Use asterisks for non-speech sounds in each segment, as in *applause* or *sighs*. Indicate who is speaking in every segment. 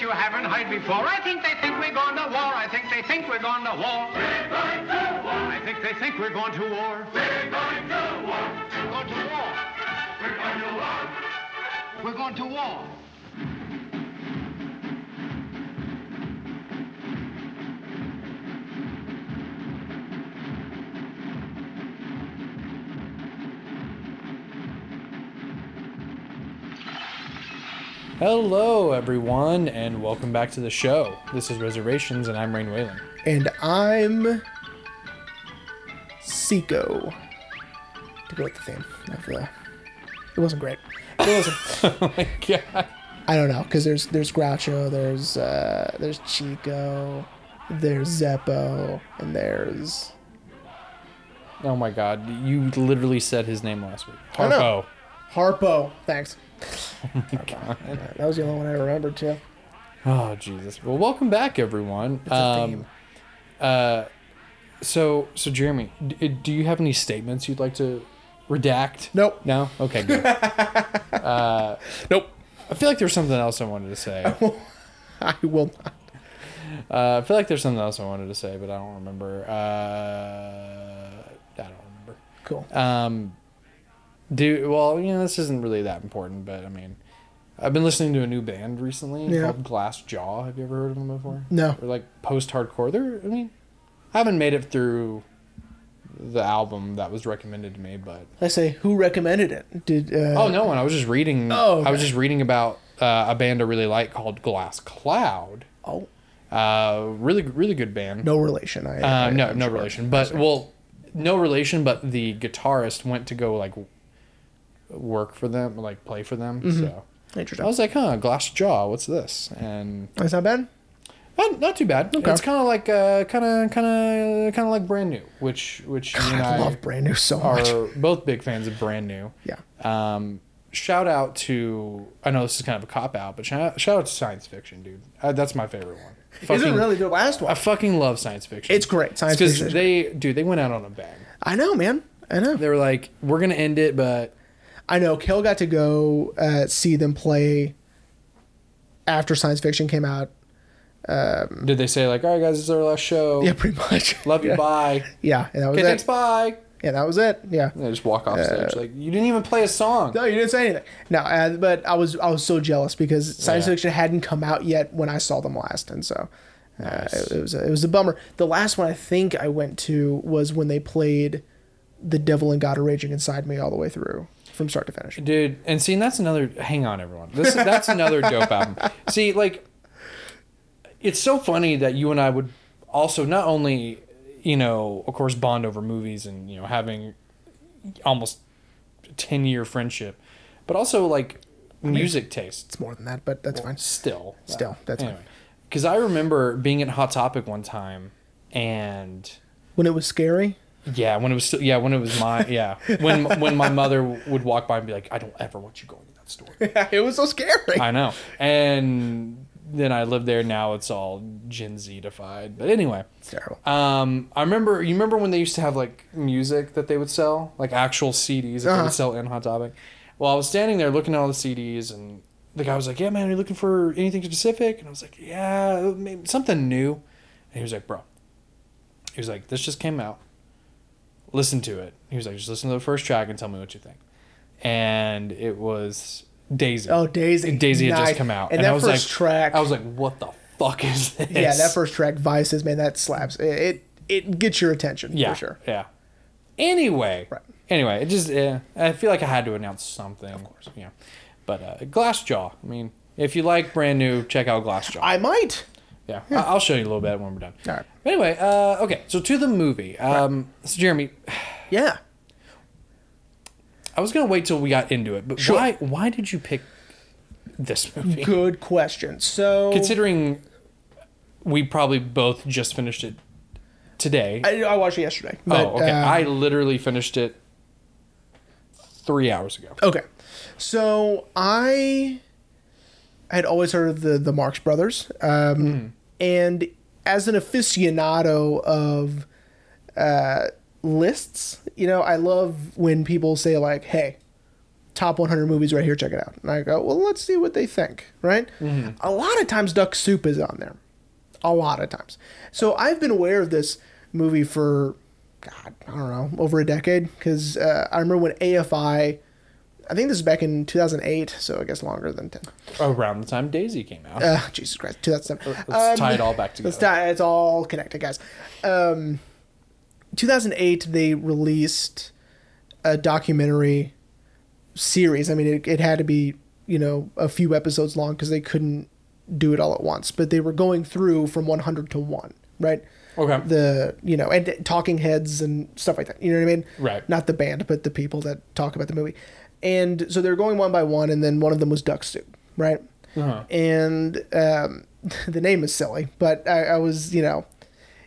Speaker 1: you haven't heard before. I think they think we're going to war. I think they think we're going to war. We're going to war. I think they think we're going to war.
Speaker 2: We're going to war.
Speaker 1: We're going to war.
Speaker 2: We're going to war.
Speaker 1: We're going to war.
Speaker 3: Hello, everyone, and welcome back to the show. This is Reservations, and I'm Rain Whalen. *laughs*
Speaker 4: And I'm Seiko. To go with the theme of the. It wasn't great. It wasn't.
Speaker 3: oh my god.
Speaker 4: I don't know because there's there's Groucho, there's uh, there's Chico, there's Zeppo, and there's
Speaker 3: Oh my god. You literally said his name last week.
Speaker 4: I
Speaker 3: Harpo.
Speaker 4: know. Harpo.
Speaker 3: *laughs*
Speaker 4: Thanks. Harpo. That was the only one I remembered too.
Speaker 3: Oh, Jesus. Well, welcome back, everyone. Um, uh,
Speaker 4: It's a theme.
Speaker 3: So, so Jeremy, d- uh, do you have any statements you'd like to redact?
Speaker 4: Nope.
Speaker 3: No. Okay.
Speaker 4: *laughs*
Speaker 3: Good.
Speaker 4: Nope.
Speaker 3: I feel like there's something else I wanted to say. Uh,
Speaker 4: *laughs* I will not.
Speaker 3: I feel like there's something else I wanted to say, but I don't remember. Uh, I don't remember.
Speaker 4: Cool.
Speaker 3: Um, do well, you know, this isn't really that important, but I mean, I've been listening to a new band recently
Speaker 4: Yeah.
Speaker 3: called Glass Jaw. Have you ever heard of them before?
Speaker 4: No.
Speaker 3: They're like post-hardcore. They're, I mean, I haven't made it through the album that was recommended to me, but
Speaker 4: I say who recommended it? Did uh,
Speaker 3: oh no one. I was just reading.
Speaker 4: Oh, okay.
Speaker 3: I was just reading about uh, a band I really like called Glass Cloud.
Speaker 4: oh
Speaker 3: Uh, really, really good band.
Speaker 4: no relation. I,
Speaker 3: Uh,
Speaker 4: I-
Speaker 3: no,
Speaker 4: I'm
Speaker 3: no
Speaker 4: sure.
Speaker 3: relation. But well, no relation. But the guitarist went to go like work for them, like play for them.
Speaker 4: Mm-hmm.
Speaker 3: So I
Speaker 4: Interesting.
Speaker 3: was like, huh, Glass Jaw, what's this? And
Speaker 4: That's not bad.
Speaker 3: not, not too bad.
Speaker 4: Okay.
Speaker 3: It's kind of like uh, kind of kind of kind of like brand new, which which you and
Speaker 4: I love brand new so much.
Speaker 3: are both big fans of brand new.
Speaker 4: Yeah.
Speaker 3: Um, shout out to I know this is kind of a cop out, but shout, shout out to science fiction, dude. Uh, that's my favorite one.
Speaker 4: Is it
Speaker 3: Fucking-
Speaker 4: really the last
Speaker 3: I
Speaker 4: one?
Speaker 3: fucking love science fiction.
Speaker 4: It's great, science
Speaker 3: because
Speaker 4: fiction.
Speaker 3: they dude they went out on a bang.
Speaker 4: I know, man. I know.
Speaker 3: They were like, we're gonna end it, but
Speaker 4: I know. Kel got to go uh, see them play after science fiction came out.
Speaker 3: did they say like, all right guys, this is our last show.
Speaker 4: Yeah, pretty much.
Speaker 3: *laughs* Love you.
Speaker 4: yeah. *laughs*
Speaker 3: Bye.
Speaker 4: Yeah, and that was
Speaker 3: Okay,
Speaker 4: it.
Speaker 3: thanks. Bye.
Speaker 4: Yeah, that was it. Yeah.
Speaker 3: And they just walk off stage. Like you didn't even play a song.
Speaker 4: No, you didn't say anything. No, uh, but I was I was so jealous because science
Speaker 3: Yeah.
Speaker 4: fiction hadn't come out yet when I saw them last, and so uh, it, it was a, it was a bummer. The last one I think I went to was when they played "The Devil and God Are Raging Inside Me" all the way through from start to finish.
Speaker 3: dude and see and that's another hang on everyone this that's another
Speaker 4: *laughs*
Speaker 3: dope album see like it's so funny that you and i would also not only you know of course bond over movies and you know having almost 10 year friendship but also like music tastes
Speaker 4: It's more than that, but that's fine.
Speaker 3: still
Speaker 4: Still, that's fine.
Speaker 3: because i remember being at hot topic one time and
Speaker 4: When it was *laughs* scary,
Speaker 3: yeah, when it was still, yeah, when it was my yeah, when when my mother would walk by and be like, "I don't ever want you going to that store."
Speaker 4: it was so *laughs* scary.
Speaker 3: I know. And then I live there now. It's all Gen Z defied. But anyway,
Speaker 4: It's terrible.
Speaker 3: um, I remember. You remember when they used to have like music that they would sell, like actual CDs that they
Speaker 4: Uh-huh.
Speaker 3: would sell in Hot Topic. Well, I was standing there looking at all the CDs, and the guy was like, "Yeah, man, are you looking for anything specific?" And I was like, "Yeah, maybe something new." And he was like, "Bro," he was like, "This just came out. Listen to it." He was like, "Just listen to the first track and tell me what you think." And it was Daisy.
Speaker 4: Oh, Daisy.
Speaker 3: And Daisy had
Speaker 4: Nice.
Speaker 3: just come out,
Speaker 4: And that
Speaker 3: I was
Speaker 4: first
Speaker 3: like,
Speaker 4: track-
Speaker 3: I was like, "What the fuck is this?"
Speaker 4: yeah, that first track, Vices, man, that slaps. It it, it gets your attention
Speaker 3: yeah,
Speaker 4: for sure.
Speaker 3: Yeah. Anyway,
Speaker 4: Right.
Speaker 3: anyway, it just uh, I feel like I had to announce something. Of course, yeah. But uh, Glassjaw. I mean, if you like brand new, check out Glassjaw.
Speaker 4: I might.
Speaker 3: yeah, I- I'll show you a little bit when we're done.
Speaker 4: All right.
Speaker 3: Anyway, uh, okay, so to the movie. Um, So Jeremy,
Speaker 4: Yeah.
Speaker 3: I was gonna wait till we got into it, but why why did you pick this movie?
Speaker 4: Good question. So
Speaker 3: Considering we probably both just finished it today.
Speaker 4: I, I watched it yesterday. But,
Speaker 3: oh, okay.
Speaker 4: um,
Speaker 3: I literally finished it three hours ago.
Speaker 4: okay. So I had always heard of the the Marx Brothers, um,
Speaker 3: Hmm.
Speaker 4: and as an aficionado of uh, lists, you know, I love when people say like, "Hey, top 100 movies right here. Check it out. And I go, well, let's see what they think, right? A lot of times, Duck Soup is on there. A lot of times. So I've been aware of this movie for, God, I don't know, over a decade. Because uh, I remember when AFI, I think this is back in 2008, so I guess longer than 10.
Speaker 3: Around the time Daisy came out.
Speaker 4: Uh, Jesus Christ, 2007.
Speaker 3: Let's tie it all back
Speaker 4: Um, Let's
Speaker 3: together.
Speaker 4: die. It's all connected, guys. Um, 2008, they released a documentary series. I mean, it, it had to be you know a few episodes long because they couldn't do it all at once. But they were going through from 100 to one, right?
Speaker 3: Okay.
Speaker 4: The you know and Talking Heads and stuff like that. You know what I mean?
Speaker 3: Right.
Speaker 4: Not the band, but the people that talk about the movie. And so they were going one by one, and then one of them was Duck Soup, right?
Speaker 3: Uh-huh.
Speaker 4: and um, *laughs* the name is silly, but I, I was, you know,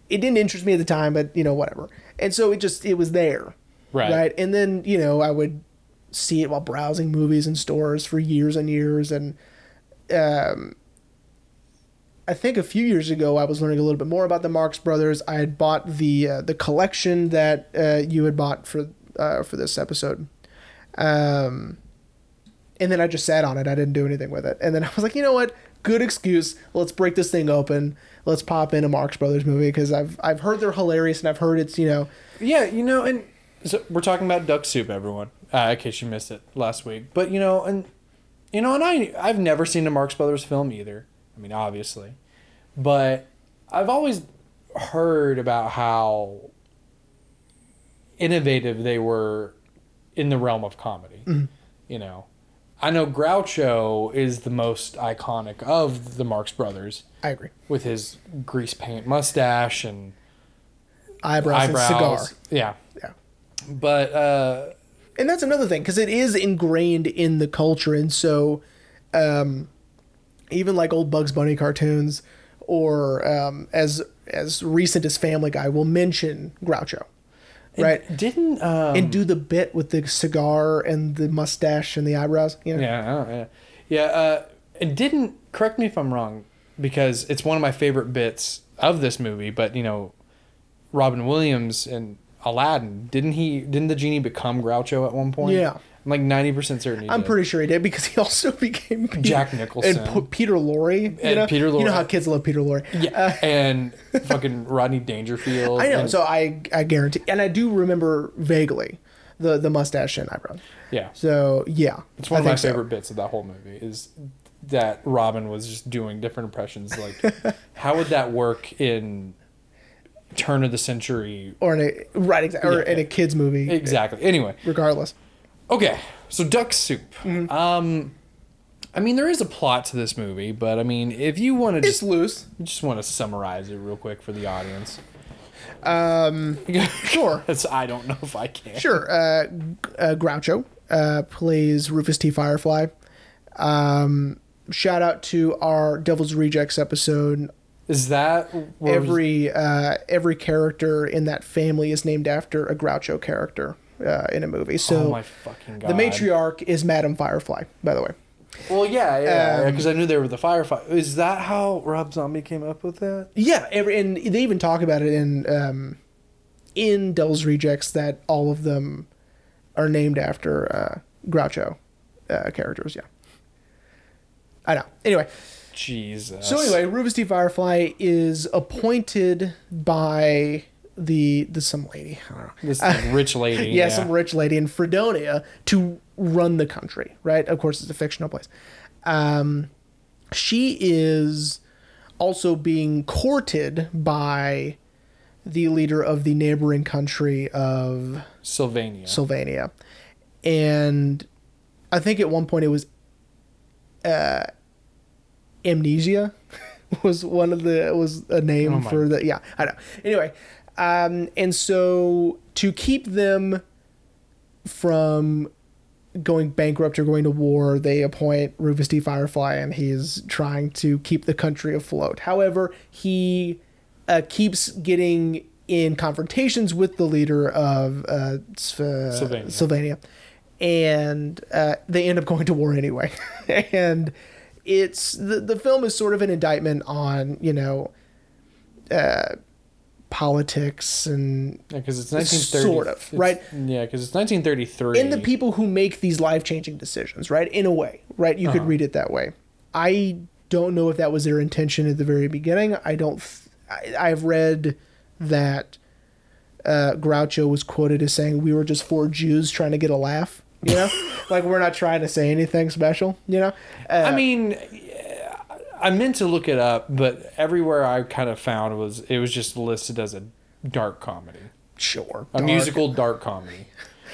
Speaker 4: it didn't interest me at the time, but you know, whatever. And so it just it was there,
Speaker 3: Right.
Speaker 4: And then you know I would see it while browsing movies and stores for years and years, and um, I think a few years ago I was learning a little bit more about the Marx Brothers. I had bought the uh, the collection that uh, you had bought for uh, for this episode Um, and then I just sat on it. I didn't do anything with it. And then I was like, you know what? Good excuse. Let's break this thing open. Let's pop in a Marx Brothers movie because I've I've heard they're hilarious and I've heard it's you know
Speaker 3: Yeah, you know, and so we're talking about duck soup, everyone. Uh, in case you missed it last week, but you know, and you know, and I I've never seen a Marx Brothers film either. I mean, obviously, but I've always heard about how innovative they were in the realm of comedy.
Speaker 4: Mm-hmm.
Speaker 3: You know, I know Groucho is the most iconic of the Marx Brothers
Speaker 4: I agree
Speaker 3: with his grease paint mustache and
Speaker 4: eyebrows, and cigar
Speaker 3: Yeah.
Speaker 4: Yeah.
Speaker 3: But uh,
Speaker 4: and that's another thing because it is ingrained in the culture and so um, even like old Bugs Bunny cartoons or um, as as recent as Family Guy will mention Groucho right
Speaker 3: didn't um,
Speaker 4: and do the bit with the cigar and the mustache and the eyebrows you know?
Speaker 3: yeah I don't- yeah yeah uh, and didn't correct me if I'm wrong because it's one of my favorite bits of this movie. But you know, Robin Williams and Aladdin didn't he didn't the genie become Groucho at one point?
Speaker 4: Yeah.
Speaker 3: I'm like ninety percent certain. He
Speaker 4: I'm
Speaker 3: did.
Speaker 4: pretty sure he did because he *laughs* also became Pe-
Speaker 3: Jack Nicholson.
Speaker 4: and P- Peter Lorre. You
Speaker 3: And
Speaker 4: know?
Speaker 3: Peter
Speaker 4: You know
Speaker 3: Lorre.
Speaker 4: how kids love Peter Lorre.
Speaker 3: Yeah, and fucking Rodney Dangerfield.
Speaker 4: *laughs* I know.
Speaker 3: and-
Speaker 4: so I I guarantee, and I do remember vaguely the the mustache and eyebrow.
Speaker 3: yeah,
Speaker 4: So yeah,
Speaker 3: It's one
Speaker 4: I
Speaker 3: of my
Speaker 4: think so.
Speaker 3: favorite bits of that whole movie is that Robin was just doing different impressions.
Speaker 4: *laughs*
Speaker 3: Like, how would that work in turn of the century?
Speaker 4: Or in a right exactly, or
Speaker 3: Yeah.
Speaker 4: in a kids movie.
Speaker 3: Exactly. Anyway,
Speaker 4: Regardless,
Speaker 3: okay. So duck soup.
Speaker 4: Mm-hmm.
Speaker 3: Um, I mean, there is a plot to this movie, but I mean, if you want to
Speaker 4: it's
Speaker 3: just
Speaker 4: loose.
Speaker 3: just want to summarize it real quick for the audience,
Speaker 4: Sure,
Speaker 3: *laughs* that's I don't know if I can.
Speaker 4: sure. Uh, G- uh, Groucho uh, plays Rufus T. Firefly. Um, shout out to our Devil's Rejects episode
Speaker 3: Is that where-
Speaker 4: every uh, every character in that family is named after a Groucho character uh, in a movie.
Speaker 3: Oh
Speaker 4: So
Speaker 3: my fucking god!
Speaker 4: the matriarch is Madame Firefly, by the way.
Speaker 3: Well, yeah, yeah,
Speaker 4: Um,
Speaker 3: because I knew they were the firefight. Is that how Rob Zombie came up with that?
Speaker 4: Yeah, every, and they even talk about it in um, in Devil's Rejects that all of them are named after uh, Groucho uh, characters. Yeah, I know. Anyway,
Speaker 3: Jesus.
Speaker 4: So anyway, Rufus D. Firefly is appointed by the the some lady. I don't know.
Speaker 3: this
Speaker 4: *laughs*
Speaker 3: like, rich lady.
Speaker 4: yeah, some rich lady in Fredonia to run the country, right? Of course, it's a fictional place. Um, she is also being courted by the leader of the neighboring country of
Speaker 3: Sylvania.
Speaker 4: Sylvania. And I think at one point it was uh, amnesia *laughs* was one of the was a name
Speaker 3: my-
Speaker 4: for the yeah I know anyway um, and so to keep them from going bankrupt or going to war they appoint Rufus D Firefly and he's trying to keep the country afloat however he uh, keeps getting in confrontations with the leader of uh, Sv-
Speaker 3: Sylvania.
Speaker 4: Sylvania, and uh, they end up going to war anyway. *laughs* and it's the the film is sort of an indictment on you know uh, politics and
Speaker 3: because it's
Speaker 4: It's
Speaker 3: 1930.
Speaker 4: sort of,
Speaker 3: it's-
Speaker 4: right?
Speaker 3: Yeah, because it's 1933.
Speaker 4: in the people who make these life-changing decisions, right? In a way, right? You
Speaker 3: Uh-huh.
Speaker 4: could read it that way. I don't know if that was their intention at the very beginning. I don't. Th- I, I've read that uh, Groucho was quoted as saying, "We were just four Jews trying to get a laugh."
Speaker 3: *laughs*
Speaker 4: You know, like we're not trying to say anything special. You know, uh,
Speaker 3: I mean, yeah, I meant to look it up, but everywhere I kind of found was it was just listed as a dark comedy,
Speaker 4: sure,
Speaker 3: a
Speaker 4: dark.
Speaker 3: musical dark comedy,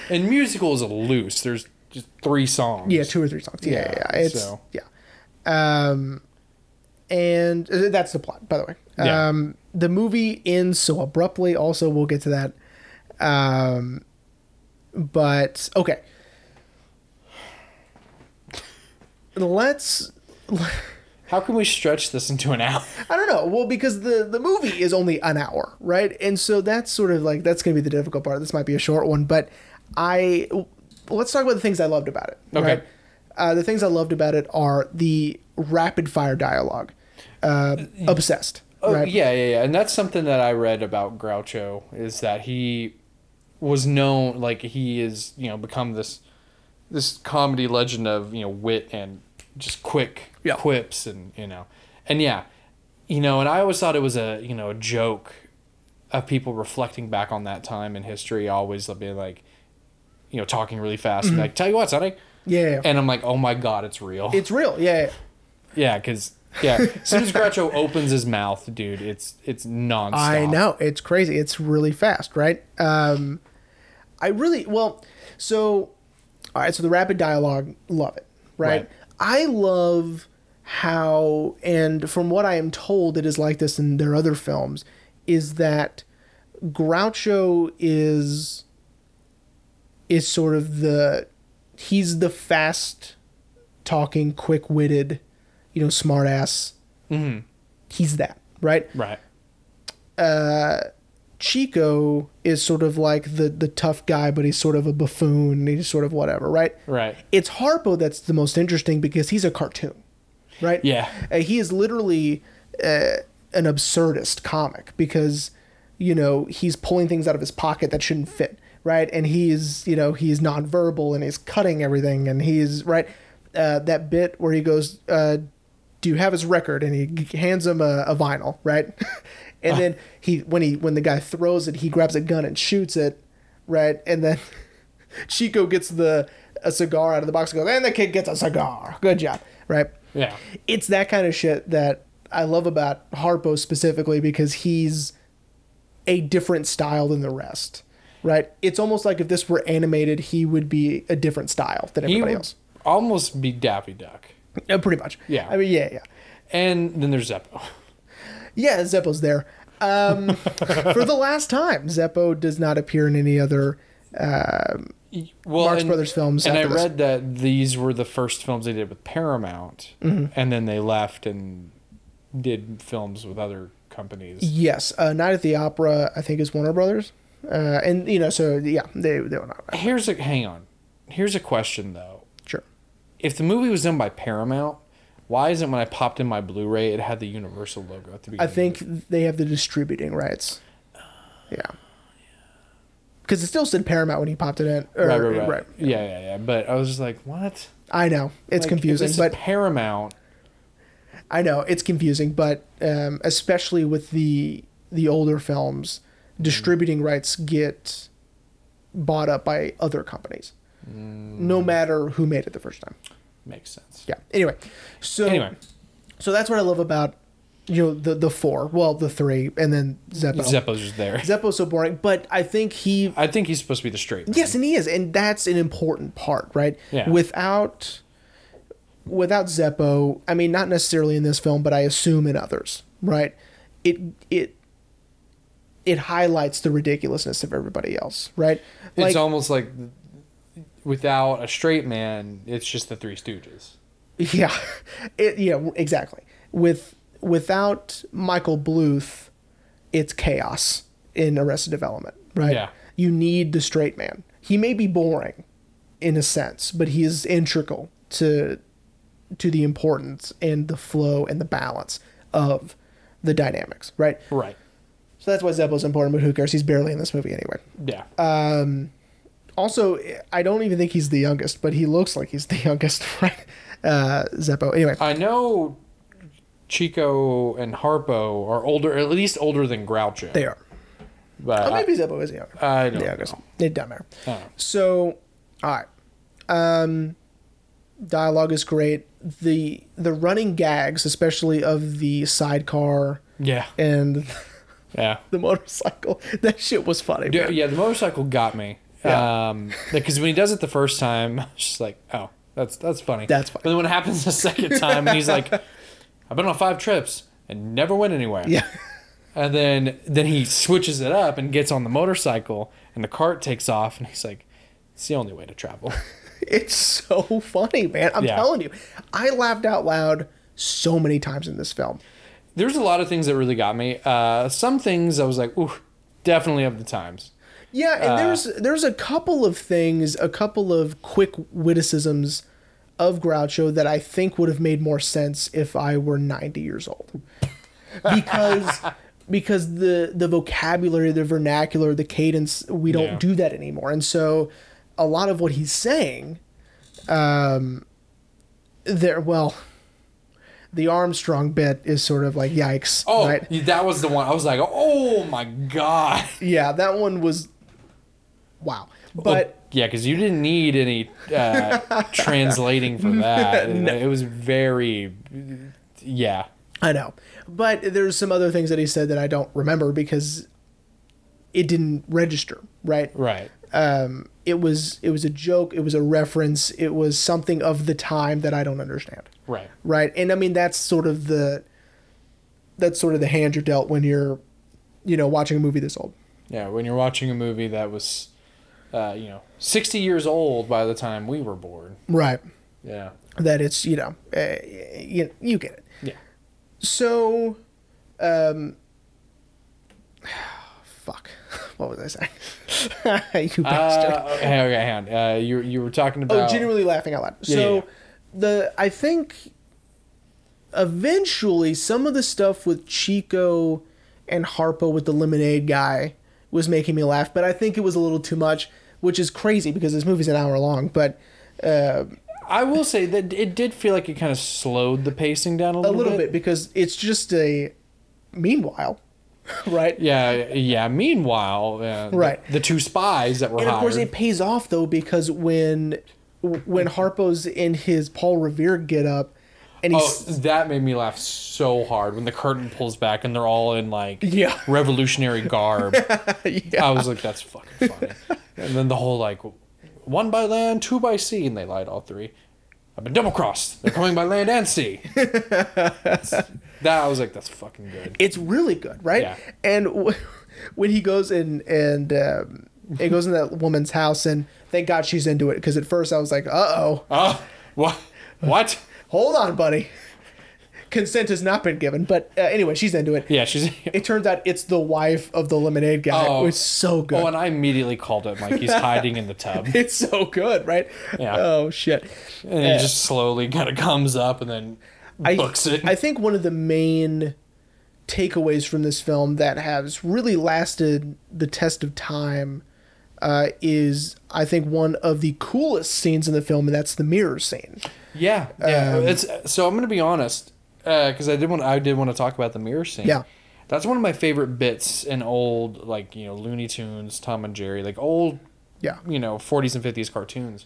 Speaker 3: and musical is a loose. There's just three songs.
Speaker 4: Yeah, two or three songs. Yeah,
Speaker 3: Yeah,
Speaker 4: yeah, yeah. it's
Speaker 3: so.
Speaker 4: yeah. Um, and uh, that's the plot, by the way.
Speaker 3: Yeah.
Speaker 4: Um, the movie ends so abruptly. Also, we'll get to that. Um, but okay, *sighs* let's.
Speaker 3: How can we stretch this into an hour?
Speaker 4: I don't know. Well, because the the movie is only an hour, right? And so that's sort of like that's going to be the difficult part. This might be a short one, but I w- let's talk about the things I loved about it.
Speaker 3: Okay.
Speaker 4: right? Uh, the things I loved about it are the rapid fire dialogue. Uh, obsessed.
Speaker 3: Oh,
Speaker 4: right?
Speaker 3: yeah, yeah, yeah. And that's something that I read about Groucho is that he was known like he is, you know, become this this comedy legend of, you know, wit and just quick
Speaker 4: Yeah.
Speaker 3: quips and, you know. And yeah, you know, and I always thought it was a, you know, a joke of people reflecting back on that time in history always being like you know, talking really fast
Speaker 4: Mm-hmm.
Speaker 3: and like, tell you what, Sonny.
Speaker 4: Yeah, yeah.
Speaker 3: And I'm like, oh my God, it's real.
Speaker 4: It's real. Yeah. yeah.
Speaker 3: Yeah, because yeah, as soon as Groucho opens his mouth, dude, it's it's nonstop.
Speaker 4: I know. It's crazy. It's really fast, right? Um, I really well. So, all right. So the rapid dialogue, love it, right?
Speaker 3: Right.
Speaker 4: I love how, and from what I am told, it is like this in their other films, is that Groucho is is sort of the he's the fast talking, quick witted, you know, smart ass. He's that, right?
Speaker 3: Right.
Speaker 4: Chico is sort of like the the tough guy, but he's sort of a buffoon. and He's sort of whatever, right?
Speaker 3: Right.
Speaker 4: It's Harpo that's the most interesting because he's a cartoon, right?
Speaker 3: Yeah.
Speaker 4: Uh, he is literally uh, an absurdist comic because you know he's pulling things out of his pocket that shouldn't fit, right? And he's you know he's nonverbal and he's cutting everything and he's right. Uh, that bit where he goes, uh, "Do you have his record?" and he g- hands him a, a vinyl, right? *laughs* and then he when he when the guy throws it, he grabs a gun and shoots it, right? And then. *laughs* Chico gets the a cigar out of the box and goes, and the kid gets a cigar. Good job, right?
Speaker 3: Yeah.
Speaker 4: It's that kind of shit that I love about Harpo specifically because he's a different style than the rest, right? It's almost like if this were animated, he would be a different style than
Speaker 3: He
Speaker 4: everybody
Speaker 3: would
Speaker 4: else.
Speaker 3: almost be Daffy Duck,
Speaker 4: Uh, pretty much.
Speaker 3: Yeah.
Speaker 4: I mean, yeah, yeah.
Speaker 3: and then there's Zeppo.
Speaker 4: Yeah, Zeppo's there.
Speaker 3: *laughs*
Speaker 4: Um, for the last time, Zeppo does not appear in any other.
Speaker 3: Well,
Speaker 4: Marx Brothers films
Speaker 3: And I
Speaker 4: after this.
Speaker 3: read that these were the first films they did with Paramount,
Speaker 4: Mm-hmm.
Speaker 3: and then they left and did films with other companies.
Speaker 4: Yes, uh, Night at the Opera, I think, is Warner Brothers, uh, and you know, so yeah, they they were not
Speaker 3: Here's a hang on. Here's a question though.
Speaker 4: sure.
Speaker 3: If the movie was done by Paramount, why isn't when I popped in my Blu-ray it had the Universal logo at the
Speaker 4: I
Speaker 3: beginning?
Speaker 4: think they have the distributing rights.
Speaker 3: Uh,
Speaker 4: Yeah, because it still said Paramount when he popped it in. or-
Speaker 3: right, right, right, Yeah, yeah, yeah. But I was just like, what?
Speaker 4: I know it's
Speaker 3: Like,
Speaker 4: confusing,
Speaker 3: this
Speaker 4: but
Speaker 3: is Paramount.
Speaker 4: I know it's confusing, but um, especially with the the older films,
Speaker 3: Mm.
Speaker 4: distributing rights get bought up by other companies,
Speaker 3: Mm.
Speaker 4: no matter who made it the first time.
Speaker 3: Makes sense.
Speaker 4: Yeah. Anyway, so
Speaker 3: Anyway,
Speaker 4: So that's what I love about you know the the four, well the three, and then Zeppo.
Speaker 3: Zeppo's just there.
Speaker 4: Zeppo's so boring, but I think he
Speaker 3: I think he's supposed to be the straight. man.
Speaker 4: yes, and he is, and that's an important part, right?
Speaker 3: Yeah.
Speaker 4: Without without Zeppo, I mean, not necessarily in this film, but I assume in others, right? It it it highlights the ridiculousness of everybody else, right?
Speaker 3: it's almost like without a straight man, it's just the Three Stooges.
Speaker 4: Yeah, it, yeah, exactly. With without Michael Bluth, it's chaos in Arrested Development, right?
Speaker 3: Yeah.
Speaker 4: You need the straight man. He may be boring, in a sense, but he is integral to to the importance and the flow and the balance of the dynamics, right?
Speaker 3: Right.
Speaker 4: So that's why Zeppo's important, but who cares? He's barely in this movie anyway.
Speaker 3: Yeah.
Speaker 4: Uh, Also, I don't even think he's the youngest, but he looks like he's the *laughs* youngest, right? Uh, Zeppo. Anyway,
Speaker 3: I know Chico and Harpo are older, at least older than Groucho.
Speaker 4: they are.
Speaker 3: But
Speaker 4: Or maybe Zeppo is younger.
Speaker 3: I, I don't
Speaker 4: yeah, I guess
Speaker 3: know.
Speaker 4: it doesn't matter.
Speaker 3: I don't know.
Speaker 4: So, all right. Um, dialogue is great. The the running gags, especially of the sidecar
Speaker 3: Yeah.
Speaker 4: and *laughs*
Speaker 3: Yeah.
Speaker 4: the motorcycle, that shit was funny.
Speaker 3: Yeah,
Speaker 4: man.
Speaker 3: yeah, the motorcycle got me.
Speaker 4: Yeah.
Speaker 3: Um, because when he does it the first time, *laughs* I was just like, oh, that's that's funny.
Speaker 4: That's funny.
Speaker 3: But then when it happens the second time, and he's
Speaker 4: *laughs*
Speaker 3: like, I've been on five trips and never went anywhere.
Speaker 4: Yeah. *laughs*
Speaker 3: And then then he switches it up and gets on the motorcycle, and the cart takes off, and he's like, it's the only way to
Speaker 4: *laughs*
Speaker 3: travel.
Speaker 4: It's so funny, man. I'm
Speaker 3: Yeah.
Speaker 4: telling you. I laughed out loud so many times in this film.
Speaker 3: There's a lot of things that really got me. Uh, some things I was like, ooh, definitely of the times.
Speaker 4: Yeah,
Speaker 3: Uh,
Speaker 4: and there's there's a couple of things, a couple of quick witticisms of Groucho that I think would have made more sense if I were 90 years old. Because
Speaker 3: *laughs*
Speaker 4: because the the vocabulary, the vernacular, the cadence, we don't
Speaker 3: Yeah.
Speaker 4: do that anymore. And so a lot of what he's saying um there well the Armstrong bit is sort of like yikes,
Speaker 3: Oh,
Speaker 4: right?
Speaker 3: that was the one. I was like, oh my god.
Speaker 4: Yeah, that one was wow. But
Speaker 3: Well, yeah, because you didn't need any uh,
Speaker 4: *laughs*
Speaker 3: translating for that. It was very, yeah,
Speaker 4: I know. But there's some other things that he said that I don't remember because it didn't register, right?
Speaker 3: right.
Speaker 4: It was it was a joke, it was a reference, it was something of the time that I don't understand.
Speaker 3: Right.
Speaker 4: Right? And I mean that's sort of the that's sort of the hand you're dealt when you're you know watching a movie this old.
Speaker 3: Yeah, when you're watching a movie that was, uh, you know, 60 years old by the time we were born.
Speaker 4: Right.
Speaker 3: Yeah.
Speaker 4: That it's, you know, uh, you, you get it.
Speaker 3: Yeah.
Speaker 4: So, um, *sighs* fuck. *laughs* What was I saying? *laughs* you bastard.
Speaker 3: Uh, okay, okay, hang on. Uh, you, you were talking
Speaker 4: Oh,
Speaker 3: about.
Speaker 4: genuinely laughing out loud.
Speaker 3: Yeah,
Speaker 4: so
Speaker 3: yeah, yeah.
Speaker 4: the I think eventually some of the stuff with Chico and Harpo with the lemonade guy was making me laugh, but I think it was a little too much, which is crazy because this movie's an hour long. But
Speaker 3: I will say that it did feel like it kind of slowed the pacing down a
Speaker 4: a
Speaker 3: little,
Speaker 4: little bit because it's just a meanwhile, *laughs* right?
Speaker 3: Yeah, yeah. Meanwhile, uh,
Speaker 4: Right.
Speaker 3: the, the two spies that were
Speaker 4: And of course,
Speaker 3: hired-
Speaker 4: it pays off though because when when Harpo's in his Paul Revere get up, and
Speaker 3: Oh,
Speaker 4: he's
Speaker 3: that made me laugh so hard when the curtain pulls back and they're all in like
Speaker 4: Yeah.
Speaker 3: revolutionary
Speaker 4: *laughs*
Speaker 3: garb. I was like, that's fucking funny. and then the whole like one by land, two by sea, and they lied all three. I've been double crossed. They're coming by land and sea.
Speaker 4: *laughs*
Speaker 3: That's- that I was like, that's fucking good.
Speaker 4: it's really good, right?
Speaker 3: Yeah.
Speaker 4: And *laughs* w- when he goes in and um, it goes in that woman's house, and thank God she's into it because at first I was like, uh oh,
Speaker 3: Oh, what? What?
Speaker 4: hold on, buddy, *laughs* consent has not been given. But uh, anyway, she's into it.
Speaker 3: Yeah,
Speaker 4: *laughs*
Speaker 3: she's.
Speaker 4: It turns out it's the wife of the lemonade guy.
Speaker 3: Oh.
Speaker 4: It's so good.
Speaker 3: Oh, and I immediately called it like he's hiding in the tub, and
Speaker 4: *laughs* it's so good, right?
Speaker 3: Yeah.
Speaker 4: Oh shit.
Speaker 3: he just slowly kind of comes up and then
Speaker 4: I,
Speaker 3: books it.
Speaker 4: I think one of the main takeaways from this film that has really lasted the test of time uh, is, I think, one of the coolest scenes in the film, and that's the mirror scene.
Speaker 3: Yeah, yeah.
Speaker 4: Um,
Speaker 3: it's so I'm gonna be honest because I did want I did want to talk about the mirror scene.
Speaker 4: Yeah.
Speaker 3: that's one of my favorite bits in old like you know Looney Tunes, Tom and Jerry, like old
Speaker 4: Yeah.
Speaker 3: you know 40s and 50s cartoons.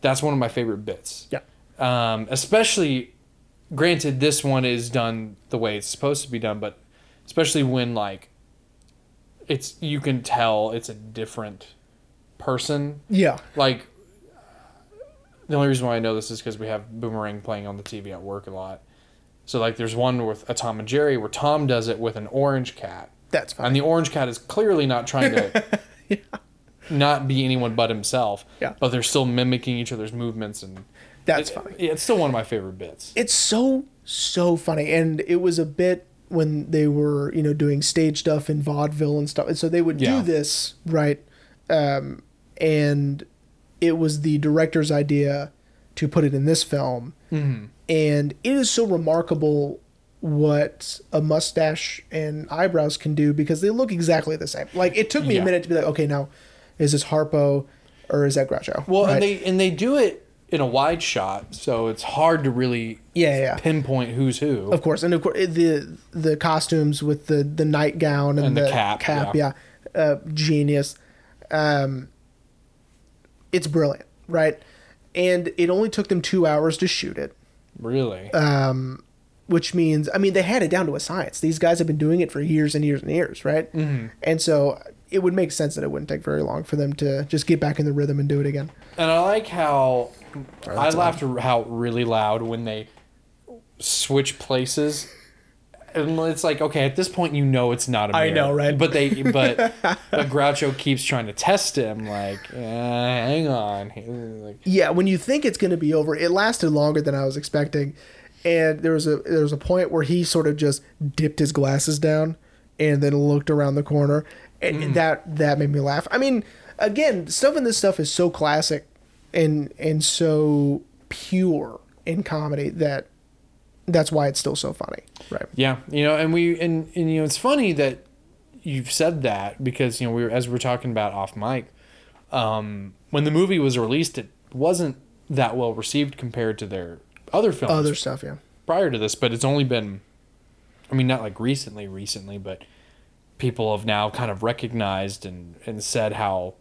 Speaker 3: That's one of my favorite bits.
Speaker 4: Yeah.
Speaker 3: Um, especially, granted, this one is done the way it's supposed to be done, but especially when like it's you can tell it's a different person
Speaker 4: Yeah.
Speaker 3: like the only reason why I know this is because we have Boomerang playing on the TV at work a lot. So like, there's one with a Tom and Jerry where Tom does it with an orange cat,
Speaker 4: That's fine.
Speaker 3: and the orange cat is clearly not trying to
Speaker 4: *laughs*
Speaker 3: not be anyone but himself.
Speaker 4: Yeah.
Speaker 3: But they're still mimicking each other's movements, and
Speaker 4: That's
Speaker 3: it-
Speaker 4: fine.
Speaker 3: yeah, it's still one of my favorite bits.
Speaker 4: It's so, so funny. And it was a bit when they were, you know, doing stage stuff in vaudeville and stuff. And so they would
Speaker 3: Yeah.
Speaker 4: do this, right? Um, and it was the director's
Speaker 3: Mm-hmm.
Speaker 4: idea to put it in this film. And it is so remarkable what a mustache and eyebrows can do because they look exactly the same. Like it took me
Speaker 3: Yeah.
Speaker 4: a minute to be like, okay, now is this Harpo or is that Groucho?
Speaker 3: Well,
Speaker 4: Right?
Speaker 3: and they and they do it in a wide shot, so it's hard to really
Speaker 4: Yeah, yeah.
Speaker 3: pinpoint who's who.
Speaker 4: of course, and of course the the costumes with the the nightgown
Speaker 3: And
Speaker 4: and,
Speaker 3: the cap, yeah.
Speaker 4: yeah, Uh, genius. Um, it's brilliant, right? And it only took them two hours to shoot it.
Speaker 3: really,
Speaker 4: which means I mean they had it down to a science. These guys have been doing it for years and years and years, right? Mm-hmm. And so it would make sense that it wouldn't take very long for them to just get back in the rhythm and do it again.
Speaker 3: and I like how I laughed how really loud when they switch places. And it's like okay, at this point you know it's not a mirror.
Speaker 4: I know, right?
Speaker 3: But they, but,
Speaker 4: *laughs*
Speaker 3: but Groucho keeps trying to test him. Like, eh, hang on, He- like,
Speaker 4: Yeah, when you think it's going to be over, it lasted longer than I was expecting, and there was a there was a point where he sort of just dipped his glasses down and then looked around the corner, and
Speaker 3: Mm.
Speaker 4: that that made me laugh. I mean, again, stuff in this stuff is so classic and and so pure in comedy that that's why it's still so funny, right?
Speaker 3: Yeah, you know, and we and, and you know it's funny that you've said that because you know we were as we were talking about off mic, um, when the movie was released, it wasn't that well received compared to their other films
Speaker 4: Other stuff, yeah.
Speaker 3: prior to this, but it's only been, I mean, not like recently, recently, but people have now kind of recognized and and said how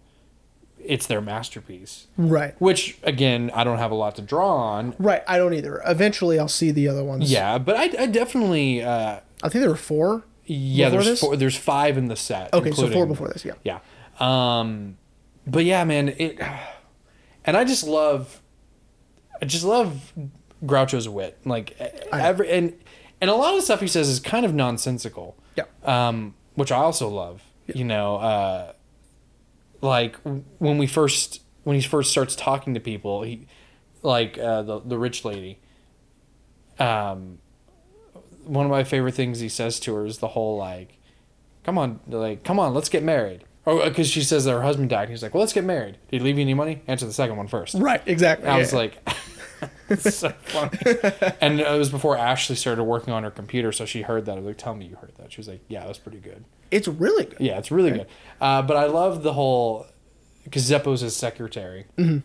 Speaker 3: it's their masterpiece.
Speaker 4: Right.
Speaker 3: Which again, I don't have a lot to draw on.
Speaker 4: Right, I don't either. Eventually, I'll see the other ones.
Speaker 3: Yeah, but I, I definitely. Uh,
Speaker 4: I think there were four.
Speaker 3: Yeah,
Speaker 4: before
Speaker 3: there's
Speaker 4: this?
Speaker 3: four. There's five in the set.
Speaker 4: Okay, so four
Speaker 3: including-
Speaker 4: before this, yeah.
Speaker 3: Yeah, um, but yeah, man, it, *sighs* and I just love, I just love Groucho's wit. Like every and and a lot of the stuff he says is kind of nonsensical.
Speaker 4: Yeah.
Speaker 3: Um, which I also love. You know, uh, like w- when we first when he first starts talking to people, he like uh, the the rich lady. Um, one of my favorite things he says to her is the whole like, "Come on, like, come on, let's get married." Or because she says that her husband died, he's like, "Well, let's get married." Did he leave you any money? Answer the second one first.
Speaker 4: Right, exactly.
Speaker 3: I was like, *laughs* it's so funny. and it was before Ashley started working on her computer, so she heard that. I was like, tell me you heard that. She was like, yeah, that was pretty good.
Speaker 4: it's really good.
Speaker 3: Yeah, it's really good. Uh, but I love the whole, because Zeppo's his secretary.
Speaker 4: Mm-hmm.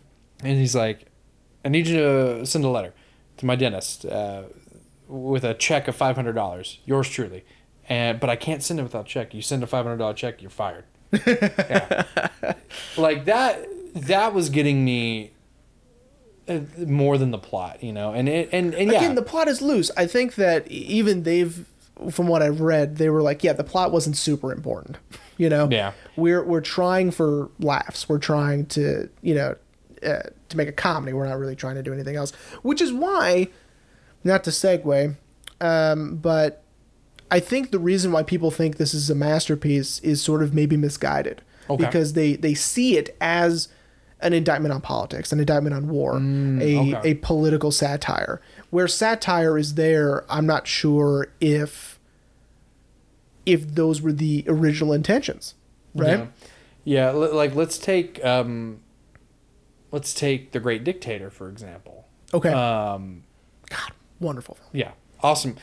Speaker 3: And he's like, I need you to send a letter to my dentist uh, with a check of $500, yours truly. And, but I can't send it without check. You send a $500 check, you're
Speaker 4: *laughs*
Speaker 3: fired. Yeah. Like that, that was getting me uh, more than the plot, you know? And it, and, and yeah.
Speaker 4: Again, the plot is loose. I think that e- even they've, from what I've read, they were like, yeah, the plot wasn't super important. *laughs* You know,
Speaker 3: Yeah.
Speaker 4: we're we're trying for laughs. We're trying to, you know, uh, to make a comedy. We're not really trying to do anything else, which is why, not to segue, um, but I think the reason why people think this is a masterpiece is sort of maybe misguided
Speaker 3: Okay.
Speaker 4: because they they see it as an indictment on politics, an indictment on war, a,
Speaker 3: Mm, okay.
Speaker 4: a political satire. Where satire is there, I'm not sure if if those were the original intentions, right?
Speaker 3: Yeah, li- like let's take um, let's take the Great Dictator for example.
Speaker 4: Okay. Um, God, wonderful film.
Speaker 3: Yeah, awesome.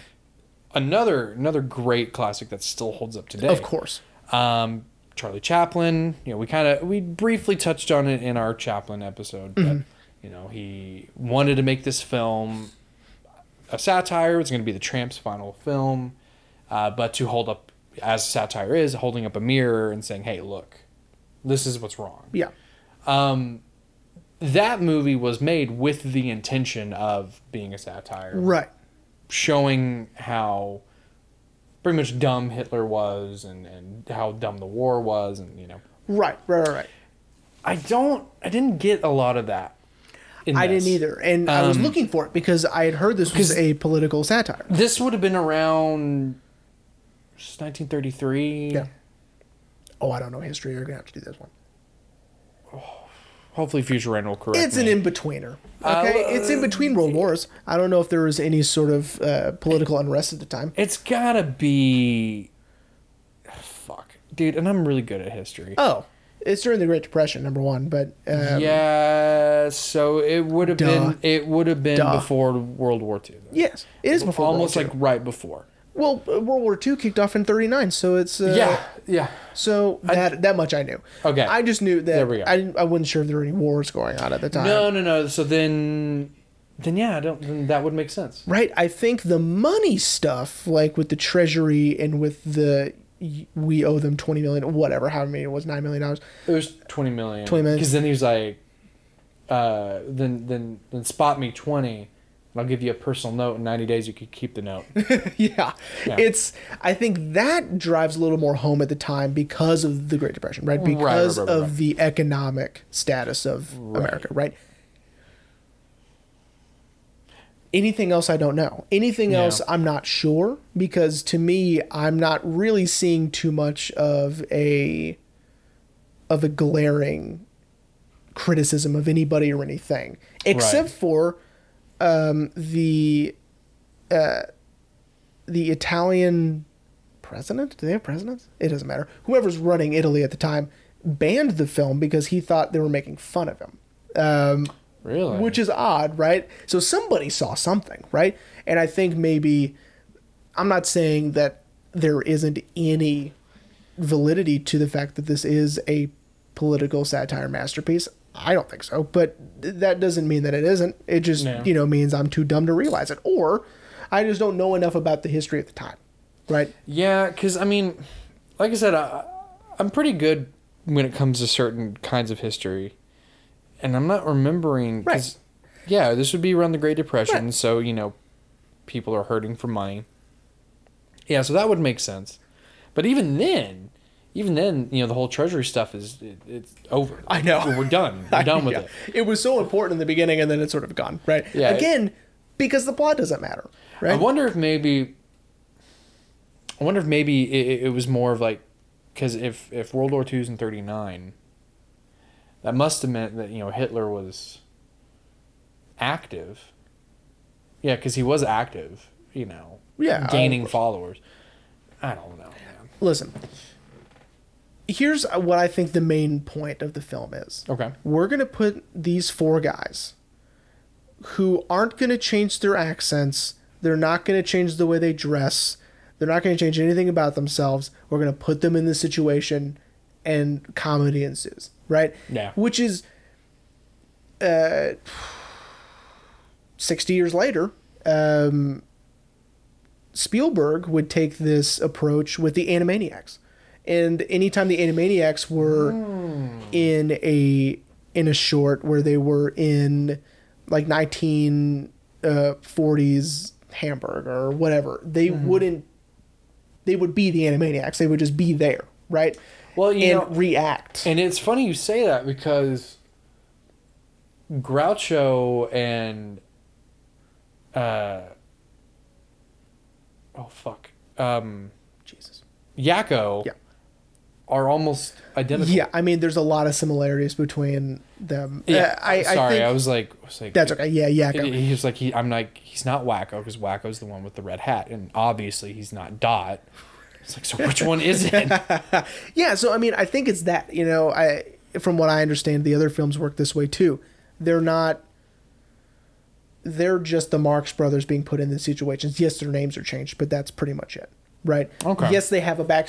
Speaker 3: Another another great classic that still holds up today.
Speaker 4: Of course.
Speaker 3: Um, Charlie Chaplin. You know, we kind of we briefly touched on it in our Chaplin episode, but you know he wanted to make this film a satire. It was going to be the Tramps' final film, uh, but to hold up as satire is holding up a mirror and saying, "Hey, look, this is what's wrong."
Speaker 4: Yeah.
Speaker 3: that movie was made with the intention of being a satire,
Speaker 4: Right.
Speaker 3: showing how pretty much dumb Hitler was and, and how dumb the war was, and you know,
Speaker 4: Right. Right. Right. right.
Speaker 3: I don't, I didn't get a lot of that. in
Speaker 4: I
Speaker 3: this.
Speaker 4: didn't either, and I was
Speaker 3: Um,
Speaker 4: looking for it because I had heard this was a political satire.
Speaker 3: This would have been around just 1933.
Speaker 4: Yeah. Oh, I don't know history. You're gonna have to do this one.
Speaker 3: Hopefully, Futurend will correct
Speaker 4: It's an
Speaker 3: me.
Speaker 4: in betweener.
Speaker 3: Uh,
Speaker 4: Okay, it's in between world wars. I don't know if there was any sort of uh, political unrest at the time.
Speaker 3: it's gotta be. Fuck, dude, and I'm really good at history.
Speaker 4: Oh, it's during the Great Depression, number one. But um,
Speaker 3: yeah, so it would have
Speaker 4: Duh.
Speaker 3: been it would have been
Speaker 4: Duh.
Speaker 3: before World War II. though.
Speaker 4: yes, it is before
Speaker 3: almost
Speaker 4: World
Speaker 3: like right before.
Speaker 4: War II. well, uh, World War II kicked off in '39, so it's uh,
Speaker 3: yeah, yeah.
Speaker 4: So that that much I knew.
Speaker 3: Okay.
Speaker 4: I just knew that.
Speaker 3: There we go.
Speaker 4: I didn't, I wasn't sure if there were any wars going on at the time.
Speaker 3: No, no, no. So then, then yeah, I don't. Then that would make sense.
Speaker 4: Right. I think the money stuff, like with the treasury and with the we owe them twenty million, whatever, how many it was, nine million dollars. *laughs*
Speaker 3: It was twenty million.
Speaker 4: 20 million.
Speaker 3: Because then he was like, uh, then then then spot me twenty, and I'll give you a personal note. In ninety days, you could keep the
Speaker 4: *laughs*
Speaker 3: note.
Speaker 4: yeah.
Speaker 3: Yeah.
Speaker 4: It's I think that drives a little more home at the time because of the Great Depression, right?
Speaker 3: right, right,
Speaker 4: Because
Speaker 3: right,
Speaker 4: of
Speaker 3: right.
Speaker 4: the economic status of America, right? Anything else I don't know. Anything
Speaker 3: Yeah.
Speaker 4: else I'm not sure because to me I'm not really seeing too much of a of a glaring criticism of anybody or anything except for um, the uh, the Italian president. Do they have presidents? It doesn't matter. Whoever's running Italy at the time banned the film because he thought they were making fun of him, Um,
Speaker 3: Really?
Speaker 4: which is odd, right? So somebody saw something, right? And I think maybe I'm not saying that there isn't any validity to the fact that this is a political satire masterpiece. I don't think so, but th- that doesn't mean that it isn't. It just,
Speaker 3: No.
Speaker 4: you know, means I'm too dumb to realize it or I just don't know enough about the history at the time. Right?
Speaker 3: Yeah, because I mean, like I said, I, I'm pretty good when it comes to certain kinds of history, and I'm not remembering. 'cause- Yeah, this would be around the Great Depression,
Speaker 4: Right.
Speaker 3: so you know, people are hurting for money. Yeah, so that would make sense, but even then, even then, you know, the whole Treasury stuff is it, it's over.
Speaker 4: *laughs* I know.
Speaker 3: we're done. We're done with
Speaker 4: Yeah.
Speaker 3: it.
Speaker 4: It was so important in the beginning and then it's sort of gone, right?
Speaker 3: Yeah, it-
Speaker 4: Again, because the plot doesn't matter,
Speaker 3: I
Speaker 4: right?
Speaker 3: wonder if maybe. I wonder if maybe it, it was more of like, because if if World War II's in thirty nine. That must have meant that you know Hitler was. Active. Yeah, because he was active. You know.
Speaker 4: Yeah, of
Speaker 3: Gaining
Speaker 4: course. uh, uh,
Speaker 3: uh, oh,
Speaker 4: Uh,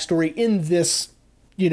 Speaker 3: *laughs*
Speaker 4: *laughs* um, um, *laughs* *laughs* uh, costume
Speaker 3: Yeah,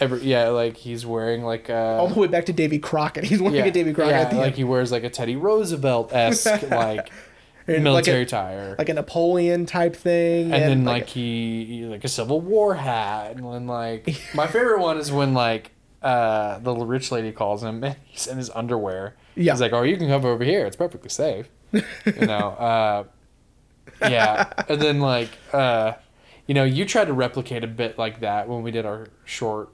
Speaker 3: every, yeah, like he's wearing like uh,
Speaker 4: all the way back to Davy Crockett. He's wearing
Speaker 3: yeah,
Speaker 4: a Davy Crockett
Speaker 3: yeah,
Speaker 4: at the
Speaker 3: like
Speaker 4: end.
Speaker 3: he wears like a Teddy Roosevelt esque
Speaker 4: *laughs*
Speaker 3: like
Speaker 4: a-
Speaker 3: military attire,
Speaker 4: like a Napoleon type thing,
Speaker 3: and then like he like a Civil War hat, and then like my favorite one is when like uh the rich lady calls him and he's in his underwear.
Speaker 4: Yeah.
Speaker 3: he's like, "Oh, you can come over here. It's perfectly safe."
Speaker 4: *laughs*
Speaker 3: You know. Uh, yeah, and then like uh, you know, you tried to replicate a bit like that when we did our short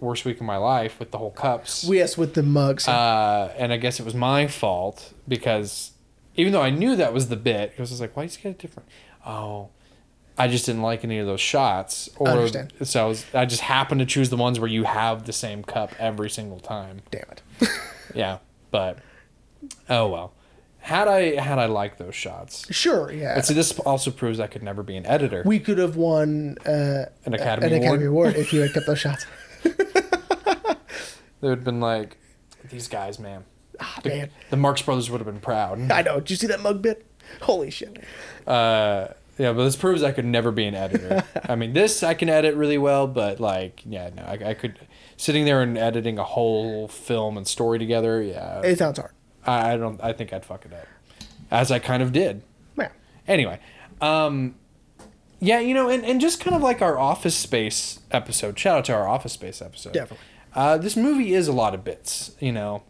Speaker 3: worst week of my life with the whole cups.
Speaker 4: yes, with the mugs.
Speaker 3: Uh, and I guess it was my fault because even though I knew that was the bit, I was just like, why did you get it different? Oh, I just didn't like any of those shots. Or,
Speaker 4: Understand.
Speaker 3: So I, was, I just happened to choose the ones where you have the same cup every single time.
Speaker 4: Damn it. *laughs*
Speaker 3: Yeah, but oh well. Had I had I liked those shots,
Speaker 4: sure, yeah.
Speaker 3: but see, this also proves I could never be an editor,
Speaker 4: we could have won uh,
Speaker 3: an
Speaker 4: an
Speaker 3: Academy Award.
Speaker 4: Academy Award if you had kept those shots. *laughs*
Speaker 3: They would have been like, these guys, man.
Speaker 4: Ah,
Speaker 3: The,
Speaker 4: man.
Speaker 3: the Marx Brothers would have been proud.
Speaker 4: I know. Did you see that mug bit? Holy shit.
Speaker 3: Uh, yeah, but this proves I could never be an editor. I mean, this I can edit really well, but like, yeah, no, I, I could sitting there and editing a whole film and story together. Yeah,
Speaker 4: It sounds hard.
Speaker 3: I, I don't. I think I'd fuck it up, as I kind of did.
Speaker 4: Man.
Speaker 3: Anyway, um, yeah, you know, and, and just kind of like our office space episode. Shout out to our office space episode.
Speaker 4: Definitely.
Speaker 3: Uh, this movie is a lot of bits, you know,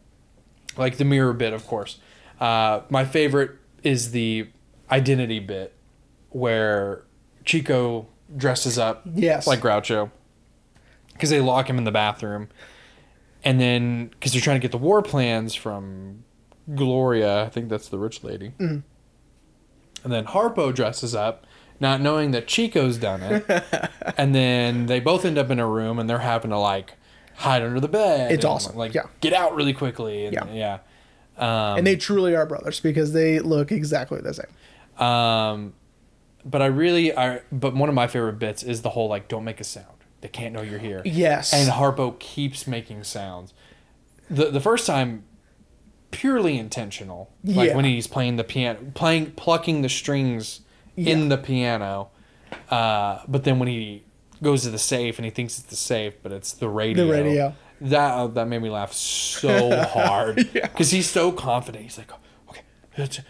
Speaker 3: like the mirror bit, of course. Uh, my favorite is the identity bit where Chico dresses up
Speaker 4: Yes.
Speaker 3: like Groucho because they lock him in the bathroom. And then, because they're trying to get the war plans from Gloria, I think that's the rich lady.
Speaker 4: Mm-hmm.
Speaker 3: And then Harpo dresses up, not knowing that Chico's done it.
Speaker 4: *laughs*
Speaker 3: and then they both end up in a room and they're having to like hide under the bed.
Speaker 4: It's
Speaker 3: and,
Speaker 4: awesome.
Speaker 3: Like
Speaker 4: Yeah.
Speaker 3: get out really quickly. And, yeah.
Speaker 4: and they truly are brothers because they look exactly the same.
Speaker 3: Um, but I really I but one of my favorite bits is the whole like don't make a sound. They can't know you're here.
Speaker 4: Yes.
Speaker 3: And Harpo keeps making sounds. The the first time purely intentional. Like
Speaker 4: Yeah.
Speaker 3: when he's playing the piano playing plucking the strings in the piano. Uh, but then when he goes to the safe and he thinks it's the safe, but it's the radio.
Speaker 4: radio.
Speaker 3: That uh, that made me laugh so
Speaker 4: *laughs*
Speaker 3: hard because he's so confident. He's like, okay, it's-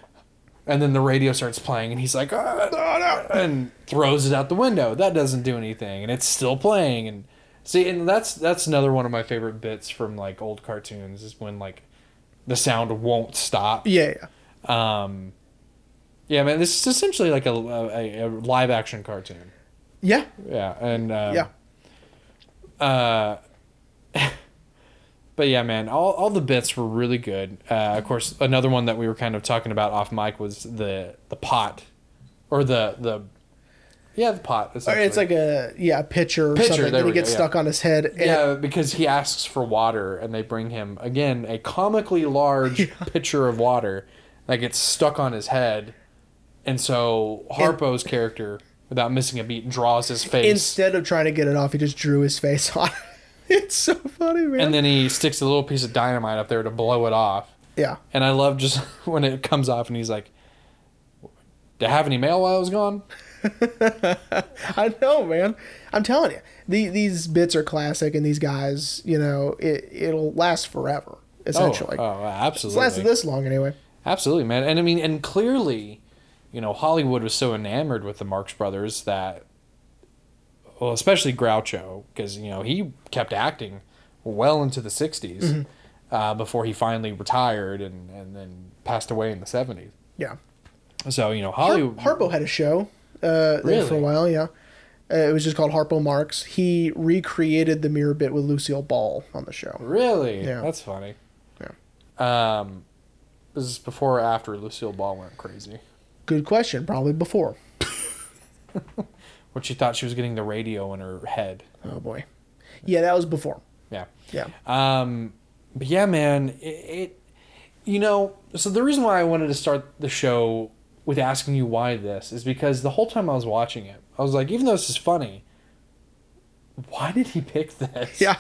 Speaker 3: and then the radio starts playing, and he's like, "Ah, no, no," and throws it out the window. That doesn't do anything, and it's still playing. And see, and that's that's another one of my favorite bits from like old cartoons is when like the sound won't stop.
Speaker 4: Yeah, yeah.
Speaker 3: Um, yeah, man, this is essentially like a a, a live action cartoon.
Speaker 4: Yeah.
Speaker 3: Yeah, and um,
Speaker 4: Yeah.
Speaker 3: uh, but yeah, man, all, all the bits were really good. Uh, of course, another one that we were kind of talking about off mic was the the pot, or the the yeah the pot.
Speaker 4: Or It's like a yeah, a pitcher or
Speaker 3: Pitcher,
Speaker 4: something.
Speaker 3: there
Speaker 4: And
Speaker 3: we
Speaker 4: he gets
Speaker 3: go, yeah.
Speaker 4: stuck on his head. And yeah.
Speaker 3: yeah, because he asks for water, and they bring him again a comically
Speaker 4: *laughs*
Speaker 3: large pitcher of water that gets stuck on his head, and so Harpo's character, without missing a beat, draws his face.
Speaker 4: instead of trying to get it off, he just drew his face *laughs* on. it. it's so funny, man.
Speaker 3: and then he sticks a little piece of dynamite up there to blow it off.
Speaker 4: yeah.
Speaker 3: And I love just *laughs* when it comes off and he's like, "Did I have any mail while I was gone?"
Speaker 4: I know, man. I'm telling you, the, these bits are classic, and these guys, you know, it it'll last forever. Essentially,
Speaker 3: Oh, oh
Speaker 4: it's lasted
Speaker 3: absolutely.
Speaker 4: this long anyway.
Speaker 3: Absolutely, man. And I mean, and clearly, you know, Hollywood was so enamored with the Marx Brothers that, well, especially Groucho, because, you know, he kept acting well into the 60s
Speaker 4: Mm-hmm.
Speaker 3: uh, before he finally retired and, and then passed away in the 70s.
Speaker 4: Yeah.
Speaker 3: So, you know,
Speaker 4: Har-
Speaker 3: Hollywood.
Speaker 4: Harpo had a show uh, there for a
Speaker 3: Really?
Speaker 4: while. Yeah, uh, it was just called Harpo Marx. He recreated the mirror bit with Lucille Ball on the show.
Speaker 3: Really?
Speaker 4: Yeah.
Speaker 3: That's funny. Yeah. Um, this is before or after Lucille Ball went crazy,
Speaker 4: Good question. Probably before.
Speaker 3: which she thought she was getting the radio in her head.
Speaker 4: Oh boy. Yeah, that was before.
Speaker 3: Yeah.
Speaker 4: Yeah.
Speaker 3: Um, but yeah, man, it, it, you know, so the reason why I wanted to start the show with asking you why this is because the whole time I was watching it, I was like, even though this is funny, why did he pick this?
Speaker 4: Yeah.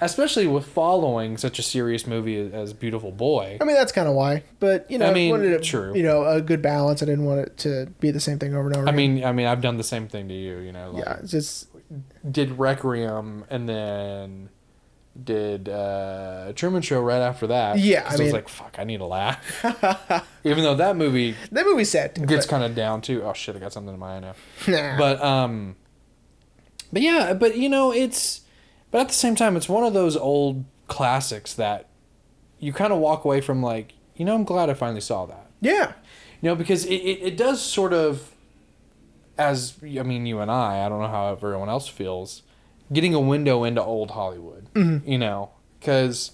Speaker 3: Especially with following such a serious movie as Beautiful Boy.
Speaker 4: I mean, that's kind of why. But you know,
Speaker 3: I mean,
Speaker 4: wanted it,
Speaker 3: true.
Speaker 4: You know, a good balance. I didn't want it to be the same thing over and over.
Speaker 3: I
Speaker 4: again.
Speaker 3: mean, I mean, I've done the same thing to you, you know. Like,
Speaker 4: yeah, it's just *laughs*
Speaker 3: did Requiem and then did uh, Truman Show right after that.
Speaker 4: Yeah,
Speaker 3: 'Cause
Speaker 4: I
Speaker 3: I,
Speaker 4: mean-
Speaker 3: was like, fuck, I need to laugh. *laughs* Even though that movie
Speaker 4: That movie's sad. Too,
Speaker 3: gets
Speaker 4: but-
Speaker 3: kind of down too. Oh shit, I got something in my eye now.
Speaker 4: *laughs* Nah.
Speaker 3: But um, but yeah, but you know, it's but at the same time, it's one of those old classics that you kind of walk away from like, you know, I'm glad I finally saw that.
Speaker 4: yeah.
Speaker 3: You know, because it, it, it does sort of, as I mean, you and I, I don't know how everyone else feels, getting a window into old Hollywood. You know, because,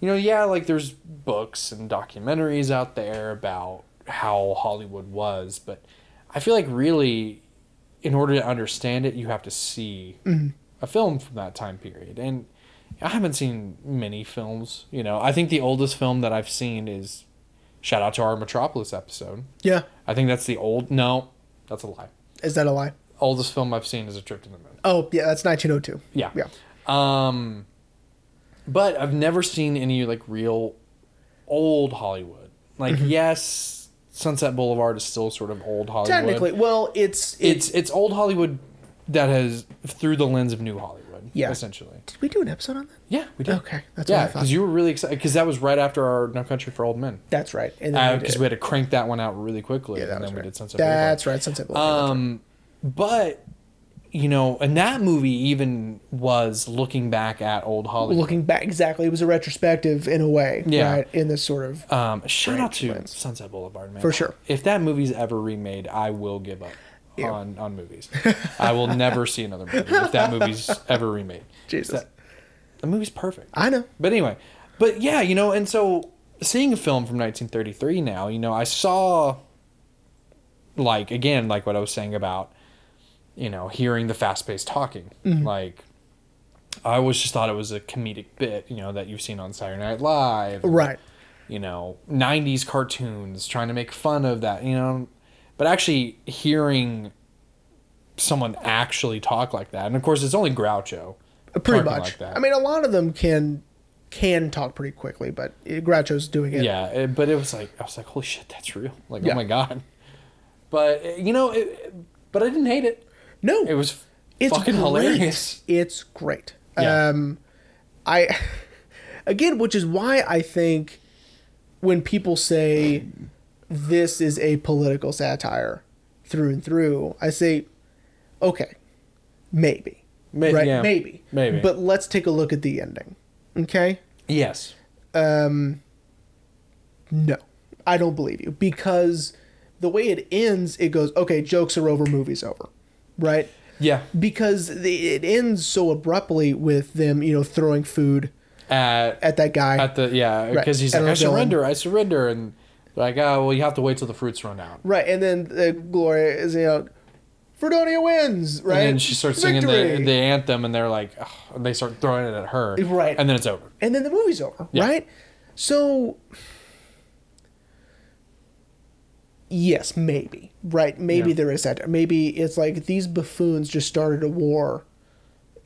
Speaker 3: you know, yeah, like there's books and documentaries out there about how Hollywood was, but I feel like really, in order to understand it, you have to see a film from that time period. And I haven't seen many films. You know, I think the oldest film that I've seen is Shout out to our Metropolis episode.
Speaker 4: Yeah.
Speaker 3: I think that's the old. No, that's a lie.
Speaker 4: Is that a lie?
Speaker 3: Oldest film I've seen is A Trip to the Moon.
Speaker 4: Oh, yeah, that's 1902.
Speaker 3: Yeah.
Speaker 4: Yeah.
Speaker 3: Um, but I've never seen any like real old Hollywood. Like
Speaker 4: Mm-hmm.
Speaker 3: yes, Sunset Boulevard is still sort of old Hollywood.
Speaker 4: Technically, well, it's
Speaker 3: it's it's old Hollywood that has through the lens of new Hollywood.
Speaker 4: Yeah.
Speaker 3: essentially.
Speaker 4: Did we do an episode on that?
Speaker 3: Yeah, we did.
Speaker 4: Okay, that's what I
Speaker 3: yeah,
Speaker 4: thought.
Speaker 3: because you were really excited because that was right after our No Country for Old Men.
Speaker 4: That's right. And then we did
Speaker 3: Because
Speaker 4: it.
Speaker 3: we had to crank that one out really quickly,
Speaker 4: Yeah, that
Speaker 3: and
Speaker 4: was
Speaker 3: then we
Speaker 4: right.
Speaker 3: did Sunset Boulevard.
Speaker 4: That's right. Sunset Boulevard.
Speaker 3: Um, but you know, and that movie even was looking back at old Hollywood.
Speaker 4: Looking back, exactly, it was a retrospective in a way,
Speaker 3: Um, Yeah.
Speaker 4: right? In this sort of
Speaker 3: um, shout out to
Speaker 4: Branch lines.
Speaker 3: Sunset Boulevard, man.
Speaker 4: For sure.
Speaker 3: If that movie's ever remade, I will give up on on movies. I will never see another movie if that
Speaker 4: *laughs*
Speaker 3: movie's ever remade.
Speaker 4: Jesus.
Speaker 3: That- the movie's perfect.
Speaker 4: I know.
Speaker 3: But anyway, but yeah, you know, and so seeing a film from 1933 now, you know, I saw like again, like what I was saying about you know, hearing the fast-paced talking. Like I always just thought it was a comedic bit, you know, that you've seen on Saturday Night Live.
Speaker 4: Right.
Speaker 3: You know, 90s cartoons trying to make fun of that, you know. But actually hearing someone actually talk like that. And of course, it's only Groucho.
Speaker 4: Pretty
Speaker 3: talking
Speaker 4: much.
Speaker 3: like that.
Speaker 4: I mean, a lot of them can can talk pretty quickly, but Groucho's doing it.
Speaker 3: yeah it- but it was like i was like holy shit that's real like
Speaker 4: Yeah.
Speaker 3: oh my god but uh, you know it, but i didn't hate it
Speaker 4: No,
Speaker 3: it was
Speaker 4: it's
Speaker 3: fucking
Speaker 4: great.
Speaker 3: hilarious
Speaker 4: It's great.
Speaker 3: Yeah.
Speaker 4: Um, I *laughs* again, which is why I think when people say this is a political satire through and through, I say, okay, maybe,
Speaker 3: May-
Speaker 4: right,
Speaker 3: yeah.
Speaker 4: maybe,
Speaker 3: Maybe.
Speaker 4: But let's take a look at the ending. Okay,
Speaker 3: yes
Speaker 4: no, I don't believe you because the way it ends, it goes, okay, jokes are over, movies over, right?
Speaker 3: yeah
Speaker 4: because the, it ends so abruptly with them, you know, throwing food
Speaker 3: at,
Speaker 4: at that guy.
Speaker 3: at the yeah
Speaker 4: Right.
Speaker 3: because he's
Speaker 4: At
Speaker 3: like i
Speaker 4: our villain.
Speaker 3: surrender i surrender and they're like oh well you have to wait till the fruits run out
Speaker 4: right, and then uh, Gloria is, you know, Fredonia wins, right?
Speaker 3: and then she starts singing
Speaker 4: Victory!
Speaker 3: the, the anthem and they're like "Ugh," and they start throwing it at her
Speaker 4: Right.
Speaker 3: and then it's over
Speaker 4: and then the movie's over,
Speaker 3: Yeah.
Speaker 4: right? So, yes, maybe, right? Maybe
Speaker 3: Yeah.
Speaker 4: there is that. Maybe it's like these buffoons just started a war,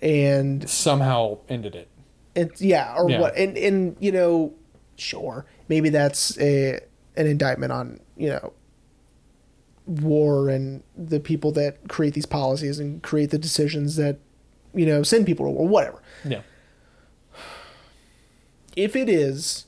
Speaker 4: and
Speaker 3: somehow ended it
Speaker 4: it's yeah, or
Speaker 3: Yeah.
Speaker 4: what? And and you know, sure, maybe that's a an indictment on you know war and the people that create these policies and create the decisions that you know send people to war, whatever.
Speaker 3: yeah
Speaker 4: if it is,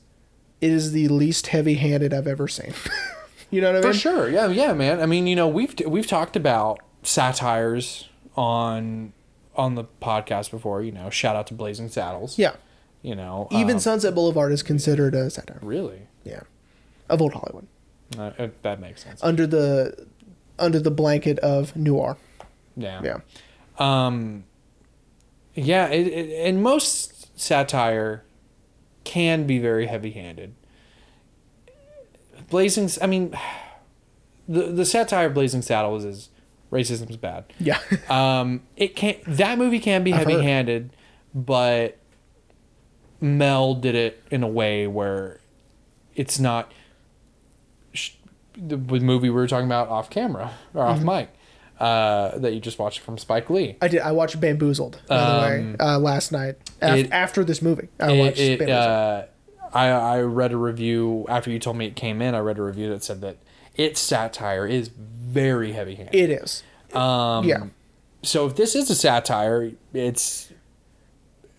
Speaker 4: it is the least heavy-handed I've ever seen. *laughs* you know what I mean?
Speaker 3: For sure, yeah, yeah, man. I mean, you know, we've we've talked about satires on on the podcast before. You know, shout out to Blazing Saddles.
Speaker 4: Yeah.
Speaker 3: you know,
Speaker 4: Even
Speaker 3: um,
Speaker 4: Sunset Boulevard is considered a satire.
Speaker 3: really,
Speaker 4: Yeah. Of old Hollywood,
Speaker 3: Uh, it- that makes sense.
Speaker 4: under the under the blanket of noir.
Speaker 3: yeah,
Speaker 4: Yeah.
Speaker 3: yeah. It, it, and most satire can be very heavy-handed. Blazing, S- I mean, *sighs* the the satire of Blazing Saddles is racism's bad.
Speaker 4: Yeah. *laughs*
Speaker 3: Um, it can not that movie can be
Speaker 4: I've heard.
Speaker 3: heavy handed, but Mel did it in a way where it's not sh- the the movie we were talking about off camera or off
Speaker 4: Mm-hmm.
Speaker 3: mic uh, that you just watched from Spike Lee.
Speaker 4: I did. I watched Bamboozled by the way uh, last night af-
Speaker 3: Um, it-
Speaker 4: after this movie. I watched
Speaker 3: It, it,
Speaker 4: Bamboozled.
Speaker 3: uh, I I read a review after you told me it came in. I read a review that said that its satire is very heavy handed.
Speaker 4: it is. Um, yeah.
Speaker 3: So if this is a satire, it's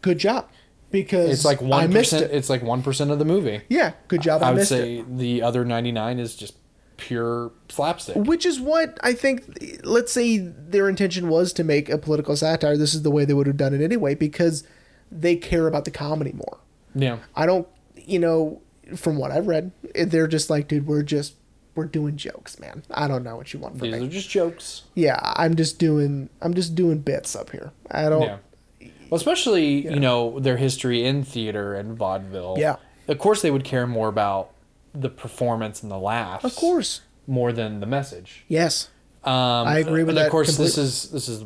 Speaker 4: Good job, because
Speaker 3: it's like
Speaker 4: I
Speaker 3: one
Speaker 4: missed
Speaker 3: percent.
Speaker 4: it.
Speaker 3: It's like one percent of the movie.
Speaker 4: Yeah, good job. I,
Speaker 3: I would
Speaker 4: missed
Speaker 3: say
Speaker 4: it.
Speaker 3: the other ninety nine is just pure slapstick.
Speaker 4: Which is what I think. Let's say their intention was to make a political satire. This is the way they would have done it anyway, because they care about the comedy more.
Speaker 3: Yeah,
Speaker 4: I don't, you know, from what I've read, they're just like, dude, we're just we're doing jokes, man. I don't know what you want from
Speaker 3: these
Speaker 4: me.
Speaker 3: are just jokes.
Speaker 4: yeah, I'm just doing I'm just doing bits up here. I don't.
Speaker 3: Yeah. Well, especially you know their history in theater and vaudeville.
Speaker 4: Yeah.
Speaker 3: Of course, they would care more about the performance and the laughs.
Speaker 4: Of course.
Speaker 3: More than the message.
Speaker 4: Yes.
Speaker 3: Um,
Speaker 4: I agree with
Speaker 3: and
Speaker 4: that
Speaker 3: Of course, this
Speaker 4: completely.
Speaker 3: is this is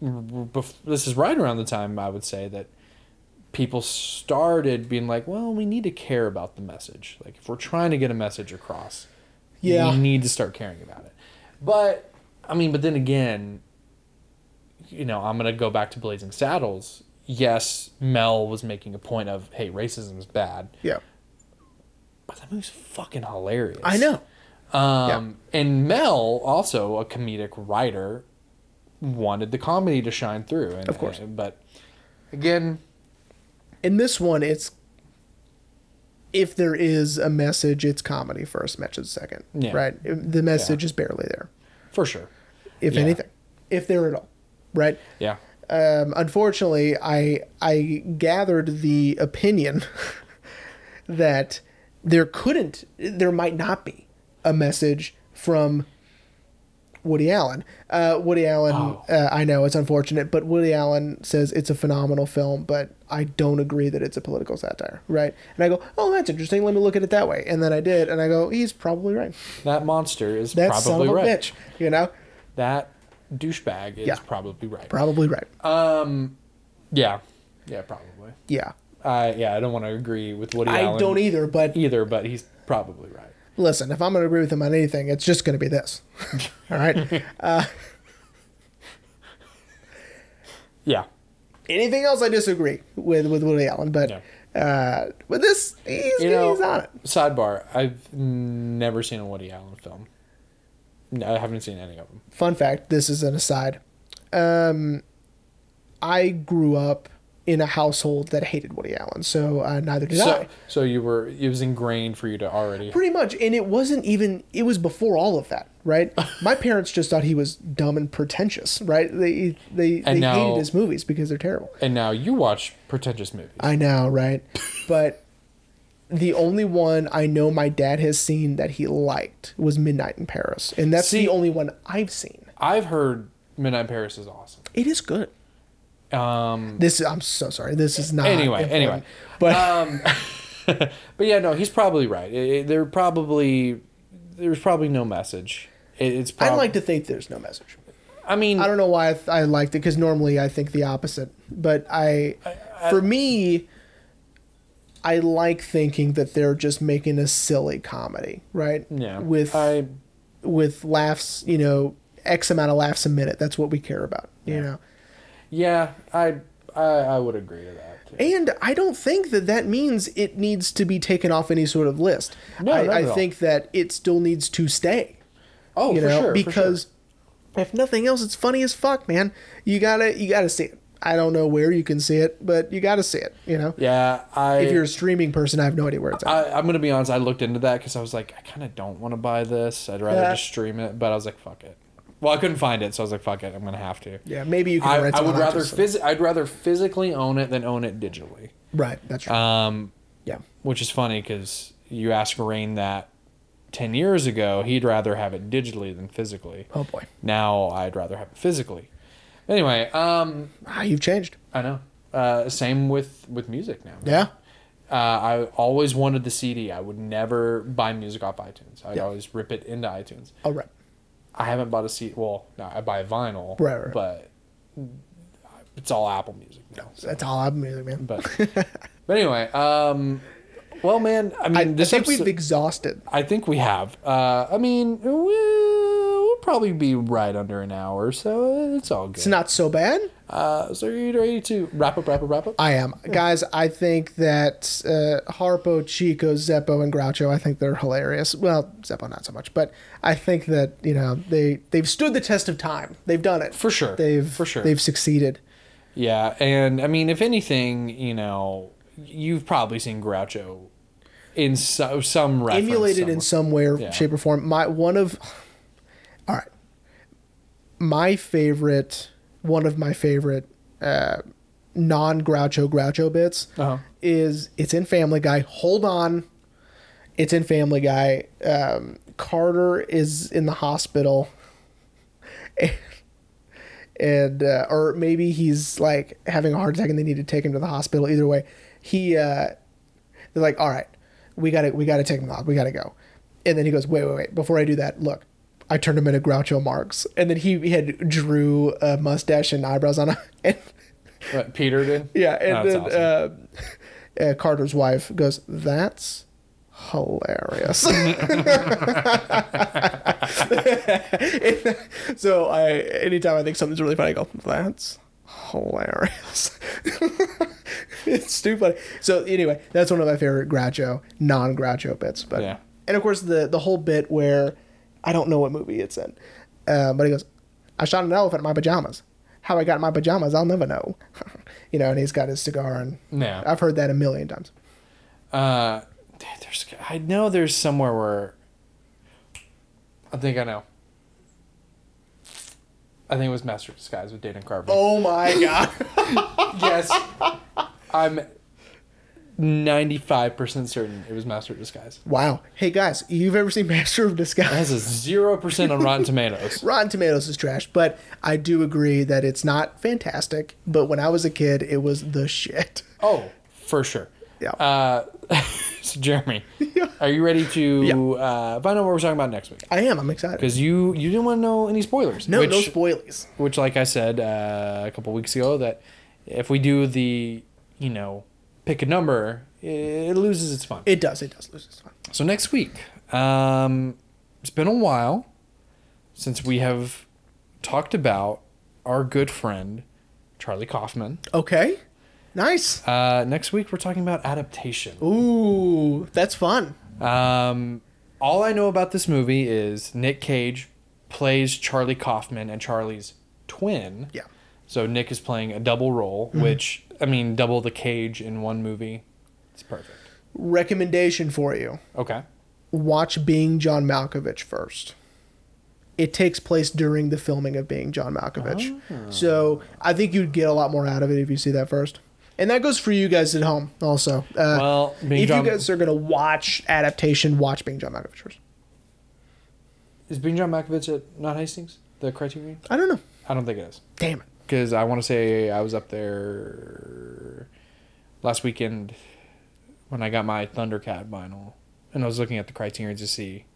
Speaker 3: bef- this is right around the time I would say that people started being like, well, we need to care about the message. Like, if we're trying to get a message across,
Speaker 4: Yeah.
Speaker 3: we need to start caring about it. But I mean, but then again, you know, I'm gonna go back to Blazing Saddles. Yes, Mel was making a point of, hey, racism is bad,
Speaker 4: Yeah.
Speaker 3: but that movie's fucking hilarious.
Speaker 4: I know.
Speaker 3: Um, And Mel, also a comedic writer, wanted the comedy to shine through. And, uh,
Speaker 4: Of course.
Speaker 3: but again,
Speaker 4: In this one, it's if there is a message, it's comedy first, message second.
Speaker 3: Yeah.
Speaker 4: Right. The message is barely there,
Speaker 3: for sure.
Speaker 4: if
Speaker 3: Yeah.
Speaker 4: anything, if there at all. Right.
Speaker 3: Yeah.
Speaker 4: um, unfortunately, I I gathered the opinion *laughs* that there couldn't, there might not be a message from Woody Allen. Uh, Woody Allen,
Speaker 3: Oh.
Speaker 4: uh, I know it's unfortunate, but Woody Allen says it's a phenomenal film, but I don't agree that it's a political satire, right? And I go, oh, that's interesting. Let me look at it that way. And then I did, and I go, he's probably right.
Speaker 3: That monster is
Speaker 4: That son
Speaker 3: probably
Speaker 4: of a
Speaker 3: right.
Speaker 4: bitch, you know,
Speaker 3: That douchebag is
Speaker 4: Yeah.
Speaker 3: probably right.
Speaker 4: probably right.
Speaker 3: Uh, yeah. Yeah, probably.
Speaker 4: yeah,
Speaker 3: I yeah, I don't want to agree with Woody
Speaker 4: I
Speaker 3: Allen
Speaker 4: don't e- either, but
Speaker 3: either, but he's probably right.
Speaker 4: listen, if I'm going to agree with him on anything, it's just going to be this. *laughs*
Speaker 3: *laughs*
Speaker 4: All right.
Speaker 3: Yeah.
Speaker 4: anything else, I disagree with with Woody Allen, but
Speaker 3: Yeah.
Speaker 4: uh, with this, he's,
Speaker 3: You know,
Speaker 4: he's on it.
Speaker 3: sidebar, I've never seen a Woody Allen film. No, I haven't seen any of them.
Speaker 4: Fun fact: This is an aside. Um, I grew up in a household that hated Woody Allen, so uh, neither did
Speaker 3: So,
Speaker 4: I.
Speaker 3: so you were it was ingrained for you to already
Speaker 4: Pretty much, and it wasn't even. It was before all of that,
Speaker 3: *laughs*
Speaker 4: right? My parents just thought he was dumb and pretentious, right? They they, they
Speaker 3: now-
Speaker 4: hated his movies because they're terrible.
Speaker 3: And now you watch pretentious movies.
Speaker 4: I know, *laughs* right? but the only one I know my dad has seen that he liked was Midnight in Paris, and that's
Speaker 3: See-
Speaker 4: the only one I've seen.
Speaker 3: I've heard Midnight in Paris is awesome.
Speaker 4: It is good.
Speaker 3: Um,
Speaker 4: This I'm so sorry. This is not
Speaker 3: Anyway,
Speaker 4: important.
Speaker 3: anyway.
Speaker 4: but
Speaker 3: um, but yeah, no, he's probably right. It, it- there probably there's probably no message. It, it's
Speaker 4: I
Speaker 3: probably
Speaker 4: like to think there's no message.
Speaker 3: I mean,
Speaker 4: I don't know why I, th- I liked it because normally I think the opposite. But I, for me, I like thinking that they're just making a silly comedy, right?
Speaker 3: Yeah,
Speaker 4: With
Speaker 3: I
Speaker 4: with laughs, you know, X amount of laughs a minute. That's what we care about, you know.
Speaker 3: yeah, I I, I would agree to that. too.
Speaker 4: And I don't think that that means it needs to be taken off any sort of list.
Speaker 3: No,
Speaker 4: I,
Speaker 3: not
Speaker 4: I
Speaker 3: at all.
Speaker 4: think that it still needs to stay,
Speaker 3: oh,
Speaker 4: you
Speaker 3: for
Speaker 4: know,
Speaker 3: sure, for sure.
Speaker 4: because if nothing else, it's funny as fuck, man. You gotta, you gotta see it. I don't know where you can see it, but you gotta see it, you know.
Speaker 3: yeah, Uh, I
Speaker 4: If you're a streaming person, I have no idea where it's at.
Speaker 3: I, I'm gonna be honest. I looked into that because I was like, I kind of don't want to buy this. I'd rather
Speaker 4: Yeah.
Speaker 3: just stream it. But I was like, fuck it. Well, I couldn't find it, so I was like, fuck it. I'm gonna have to.
Speaker 4: yeah, maybe you can
Speaker 3: I,
Speaker 4: rent it
Speaker 3: I would
Speaker 4: on
Speaker 3: rather
Speaker 4: iTunes.
Speaker 3: phys- I'd rather physically own it than own it digitally.
Speaker 4: Right, that's right.
Speaker 3: Um,
Speaker 4: yeah.
Speaker 3: which is funny because you ask Rain that ten years ago, he'd rather have it digitally than physically.
Speaker 4: Oh boy,
Speaker 3: Now I'd rather have it physically. Anyway, um,
Speaker 4: ah, you've changed.
Speaker 3: I know. Uh, same with with music now.
Speaker 4: Yeah.
Speaker 3: Uh, I always wanted the CD. I would never buy music off iTunes. I'd
Speaker 4: Yeah.
Speaker 3: always rip it into iTunes.
Speaker 4: Oh right.
Speaker 3: I haven't bought a CD. Well, no, I buy vinyl,
Speaker 4: Right, right.
Speaker 3: but it's all Apple Music now. so-
Speaker 4: That's all album music, man.
Speaker 3: *laughs* But, but anyway, um, well, man, I mean,
Speaker 4: I, I
Speaker 3: this
Speaker 4: think
Speaker 3: episode-
Speaker 4: we've exhausted.
Speaker 3: I think we have. Uh, I mean, we'll, we'll probably be right under an hour, so it's all good.
Speaker 4: It's not so bad.
Speaker 3: Uh, so you're ready to wrap up, wrap up, wrap up.
Speaker 4: I am. Guys, I think that uh, Harpo, Chico, Zeppo, and Groucho, I think they're hilarious. Well, Zeppo not so much, but I think that, you know, they, they've stood the test of time. They've done it.
Speaker 3: For sure.
Speaker 4: They've
Speaker 3: For sure.
Speaker 4: they've succeeded.
Speaker 3: Yeah, and I mean, if anything, you know, you've probably seen Groucho in so, some reference
Speaker 4: emulated
Speaker 3: somewhere.
Speaker 4: in some way, or
Speaker 3: Yeah.
Speaker 4: shape, or form. My one of, all right, my favorite, one of my favorite uh, non Groucho Groucho bits
Speaker 3: Uh-huh.
Speaker 4: is it's in Family Guy. Hold on, it's in Family Guy. Um, Carter is in the hospital, *laughs* and, and uh, or maybe he's like having a heart attack and they need to take him to the hospital. Either way, he. Uh, they're like, all right, we gotta we gotta take him out. We gotta go. And then he goes, wait, wait, wait. Before I do that, look, I turned him into Groucho Marx. And then he, he had drew a mustache and eyebrows on him. *laughs* And
Speaker 3: What, Peter did.
Speaker 4: *laughs*
Speaker 3: Oh,
Speaker 4: yeah, and
Speaker 3: That's
Speaker 4: then uh, *laughs* uh, Carter's wife goes, that's hilarious. And *laughs* so I, anytime I think something's really funny, I go, that's hilarious. *laughs* it's too funny. So anyway, that's one of my favorite Groucho, non-Groucho bits. But
Speaker 3: Yeah.
Speaker 4: and of course the the whole bit where I don't know what movie it's in, uh, but he goes, I shot an elephant in my pajamas. How I got in my pajamas, I'll never know. *laughs* you know, and he's got his cigar, and
Speaker 3: Yeah.
Speaker 4: I've heard that a million times.
Speaker 3: Uh, there's, I know there's somewhere where. I think I know. I think it was Master of Disguise with Dana Carvey.
Speaker 4: Oh my god!
Speaker 3: yes, I'm. Ninety-five percent certain it was Master of Disguise.
Speaker 4: *laughs* wow. Hey guys, you've ever seen Master of Disguise?
Speaker 3: It has a zero percent on Rotten Tomatoes.
Speaker 4: Rotten Tomatoes is trash, but I do agree that it's not fantastic. But when I was a kid, it was the *laughs* shit.
Speaker 3: Oh, for sure.
Speaker 4: Yeah.
Speaker 3: Uh, *laughs* so Jeremy, are you ready to uh, find out what we're talking about next week?
Speaker 4: I am. I'm excited.
Speaker 3: Because you you didn't want to know any spoilers.
Speaker 4: No,
Speaker 3: which,
Speaker 4: no spoilies.
Speaker 3: Which, like I said uh, a couple weeks ago, that if we do the you know pick a number, it loses its fun.
Speaker 4: It does. It does lose its fun.
Speaker 3: so next week, um, it's been a while since we have talked about our good friend Charlie Kaufman.
Speaker 4: Okay. Nice.
Speaker 3: Uh, next week we're talking about adaptation.
Speaker 4: Ooh, that's fun.
Speaker 3: Um, all I know about this movie is Nick Cage plays Charlie Kaufman and Charlie's twin.
Speaker 4: Yeah.
Speaker 3: So Nick is playing a double role, which I mean, double the Cage in one movie. It's perfect.
Speaker 4: Recommendation for you:
Speaker 3: Okay.
Speaker 4: watch Being John Malkovich first. It takes place during the filming of Being John Malkovich,
Speaker 3: Oh.
Speaker 4: so I think you'd get a lot more out of it if you see that first. And that goes for you guys at home also. Uh,
Speaker 3: Well, Being
Speaker 4: if
Speaker 3: John-
Speaker 4: you guys are gonna watch adaptation, watch Being John Malkovich first.
Speaker 3: Is Being John Malkovich at not Hastings? The Criterion?
Speaker 4: I don't know.
Speaker 3: I don't think it is.
Speaker 4: Damn it.
Speaker 3: Because I want to say I was up there last weekend when I got my Thundercat vinyl, and I was looking at the Criterion to see.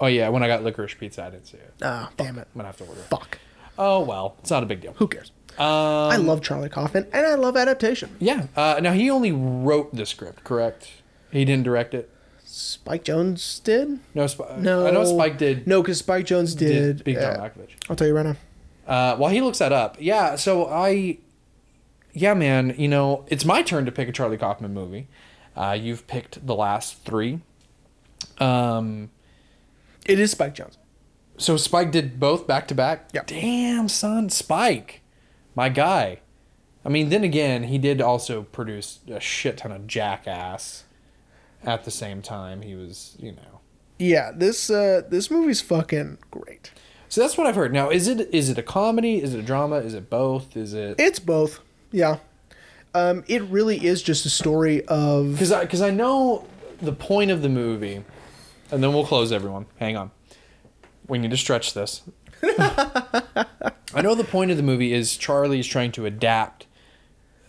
Speaker 3: Oh yeah, when I got licorice pizza, I didn't see it.
Speaker 4: Ah, damn it.
Speaker 3: I'm gonna have to order. it.
Speaker 4: Fuck.
Speaker 3: Oh well, it's not a big deal.
Speaker 4: Who cares?
Speaker 3: Um,
Speaker 4: I love Charlie Kaufman and I love adaptation.
Speaker 3: yeah. Uh, now he only wrote the script, correct? He didn't direct it.
Speaker 4: Spike Jones did?
Speaker 3: No, Sp-
Speaker 4: No.
Speaker 3: I know Spike did.
Speaker 4: No, because Spike Jones
Speaker 3: did,
Speaker 4: did.
Speaker 3: Big John
Speaker 4: uh,
Speaker 3: Malkovich.
Speaker 4: I'll tell you right now.
Speaker 3: Uh, while he looks that up, yeah. So I, yeah, man. You know, it's my turn to pick a Charlie Kaufman movie. Uh, you've picked the last three. Um,
Speaker 4: It is Spike Jones.
Speaker 3: so Spike did both back to back.
Speaker 4: Yeah.
Speaker 3: Damn, son, Spike, my guy. I mean, then again, he did also produce a shit ton of Jackass. At the same time, he was, you know.
Speaker 4: Yeah, this uh, this movie's fucking great.
Speaker 3: So that's what I've heard. Now, is it is it a comedy? Is it a drama? Is it both? Is it?
Speaker 4: It's both. Yeah. Um, it really is just a story of
Speaker 3: because I because I know the point of the movie, and then we'll close everyone. Hang on, we need to stretch this. I know the point of the movie is Charlie is trying to adapt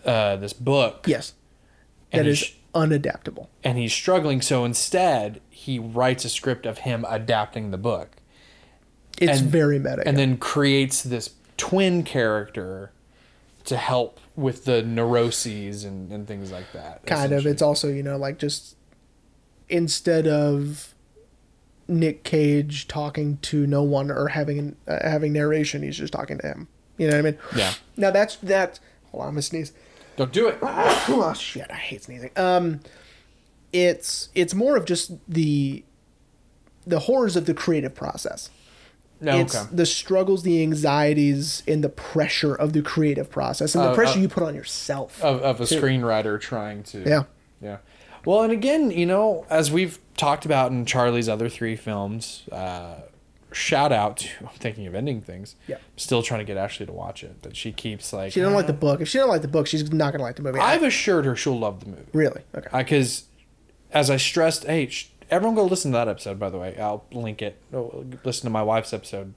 Speaker 3: uh, this book,
Speaker 4: yes,
Speaker 3: and
Speaker 4: that is
Speaker 3: he's-
Speaker 4: unadaptable.
Speaker 3: and he's struggling. So instead, he writes a script of him adapting the book,
Speaker 4: It's
Speaker 3: And-
Speaker 4: very meta.
Speaker 3: and then creates this twin character to help with the neuroses and, and things like that.
Speaker 4: kind of.
Speaker 3: essentially.
Speaker 4: It's also you know like just instead of Nick Cage talking to no one or having uh, having narration. He's just talking to him. You know what I mean?
Speaker 3: Yeah.
Speaker 4: Now that's that. Hold on, I'm gonna sneeze.
Speaker 3: Don't do it.
Speaker 4: oh shit, I hate sneezing. Um, it's it's more of just the the horrors of the creative process.
Speaker 3: No,
Speaker 4: it's
Speaker 3: Oh, okay.
Speaker 4: the struggles, the anxieties, and the pressure of the creative process, and the
Speaker 3: Oh,
Speaker 4: pressure
Speaker 3: oh.
Speaker 4: you put on yourself.
Speaker 3: of, of a screenwriter trying to
Speaker 4: Yeah.
Speaker 3: yeah well and again you know as we've talked about in charlie's other three films uh shout out to i'm thinking of ending things
Speaker 4: Yeah.
Speaker 3: I'm still trying to get ashley to watch it but she keeps like "Ah,
Speaker 4: she didn't like the book. If she didn't like the book, she's not gonna like the movie.
Speaker 3: i've assured her she'll love the movie
Speaker 4: really okay.
Speaker 3: because as I stressed, hey, sh- everyone go listen to that episode. By the way, I'll link it. Oh, Listen to my wife's episode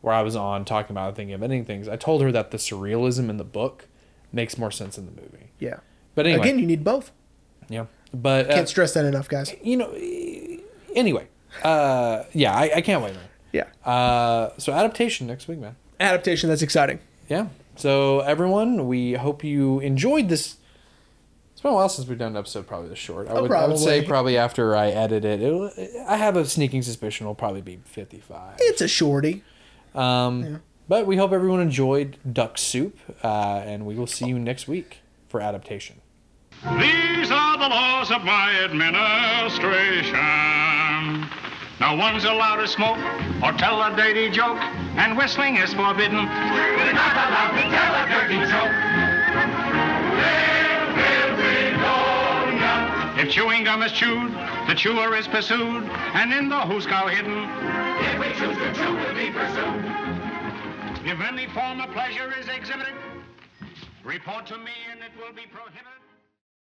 Speaker 3: where I was on talking about thinking of ending things. I told her that the surrealism in the book makes more sense in the movie.
Speaker 4: yeah.
Speaker 3: But anyway,
Speaker 4: Again, you need both.
Speaker 3: yeah. But uh,
Speaker 4: Can't stress that enough, guys.
Speaker 3: you know, eh, anyway, uh, yeah, I, I can't wait, man.
Speaker 4: Yeah.
Speaker 3: Uh, so adaptation next week, man.
Speaker 4: Adaptation. That's exciting.
Speaker 3: Yeah. So everyone, we hope you enjoyed this. It's been a while since we've done an episode probably this short. I would, I would say
Speaker 4: probably.
Speaker 3: probably after I edit it, it'll, I have a sneaking suspicion it'll probably be 55.
Speaker 4: It's a shorty.
Speaker 3: Um, But we hope everyone enjoyed Duck Soup, uh, and we will see you next week for adaptation.
Speaker 2: These are the laws of my administration.
Speaker 1: No one's allowed to smoke or tell a dirty joke, and whistling is forbidden.
Speaker 2: We're not allowed to tell a dirty joke. There will be no none.
Speaker 1: If chewing gum is chewed, the chewer is pursued, and in the hoosgow hidden.
Speaker 2: If we choose to chew, we'll be pursued.
Speaker 1: If any form of pleasure is exhibited, report to me and it will be prohibited.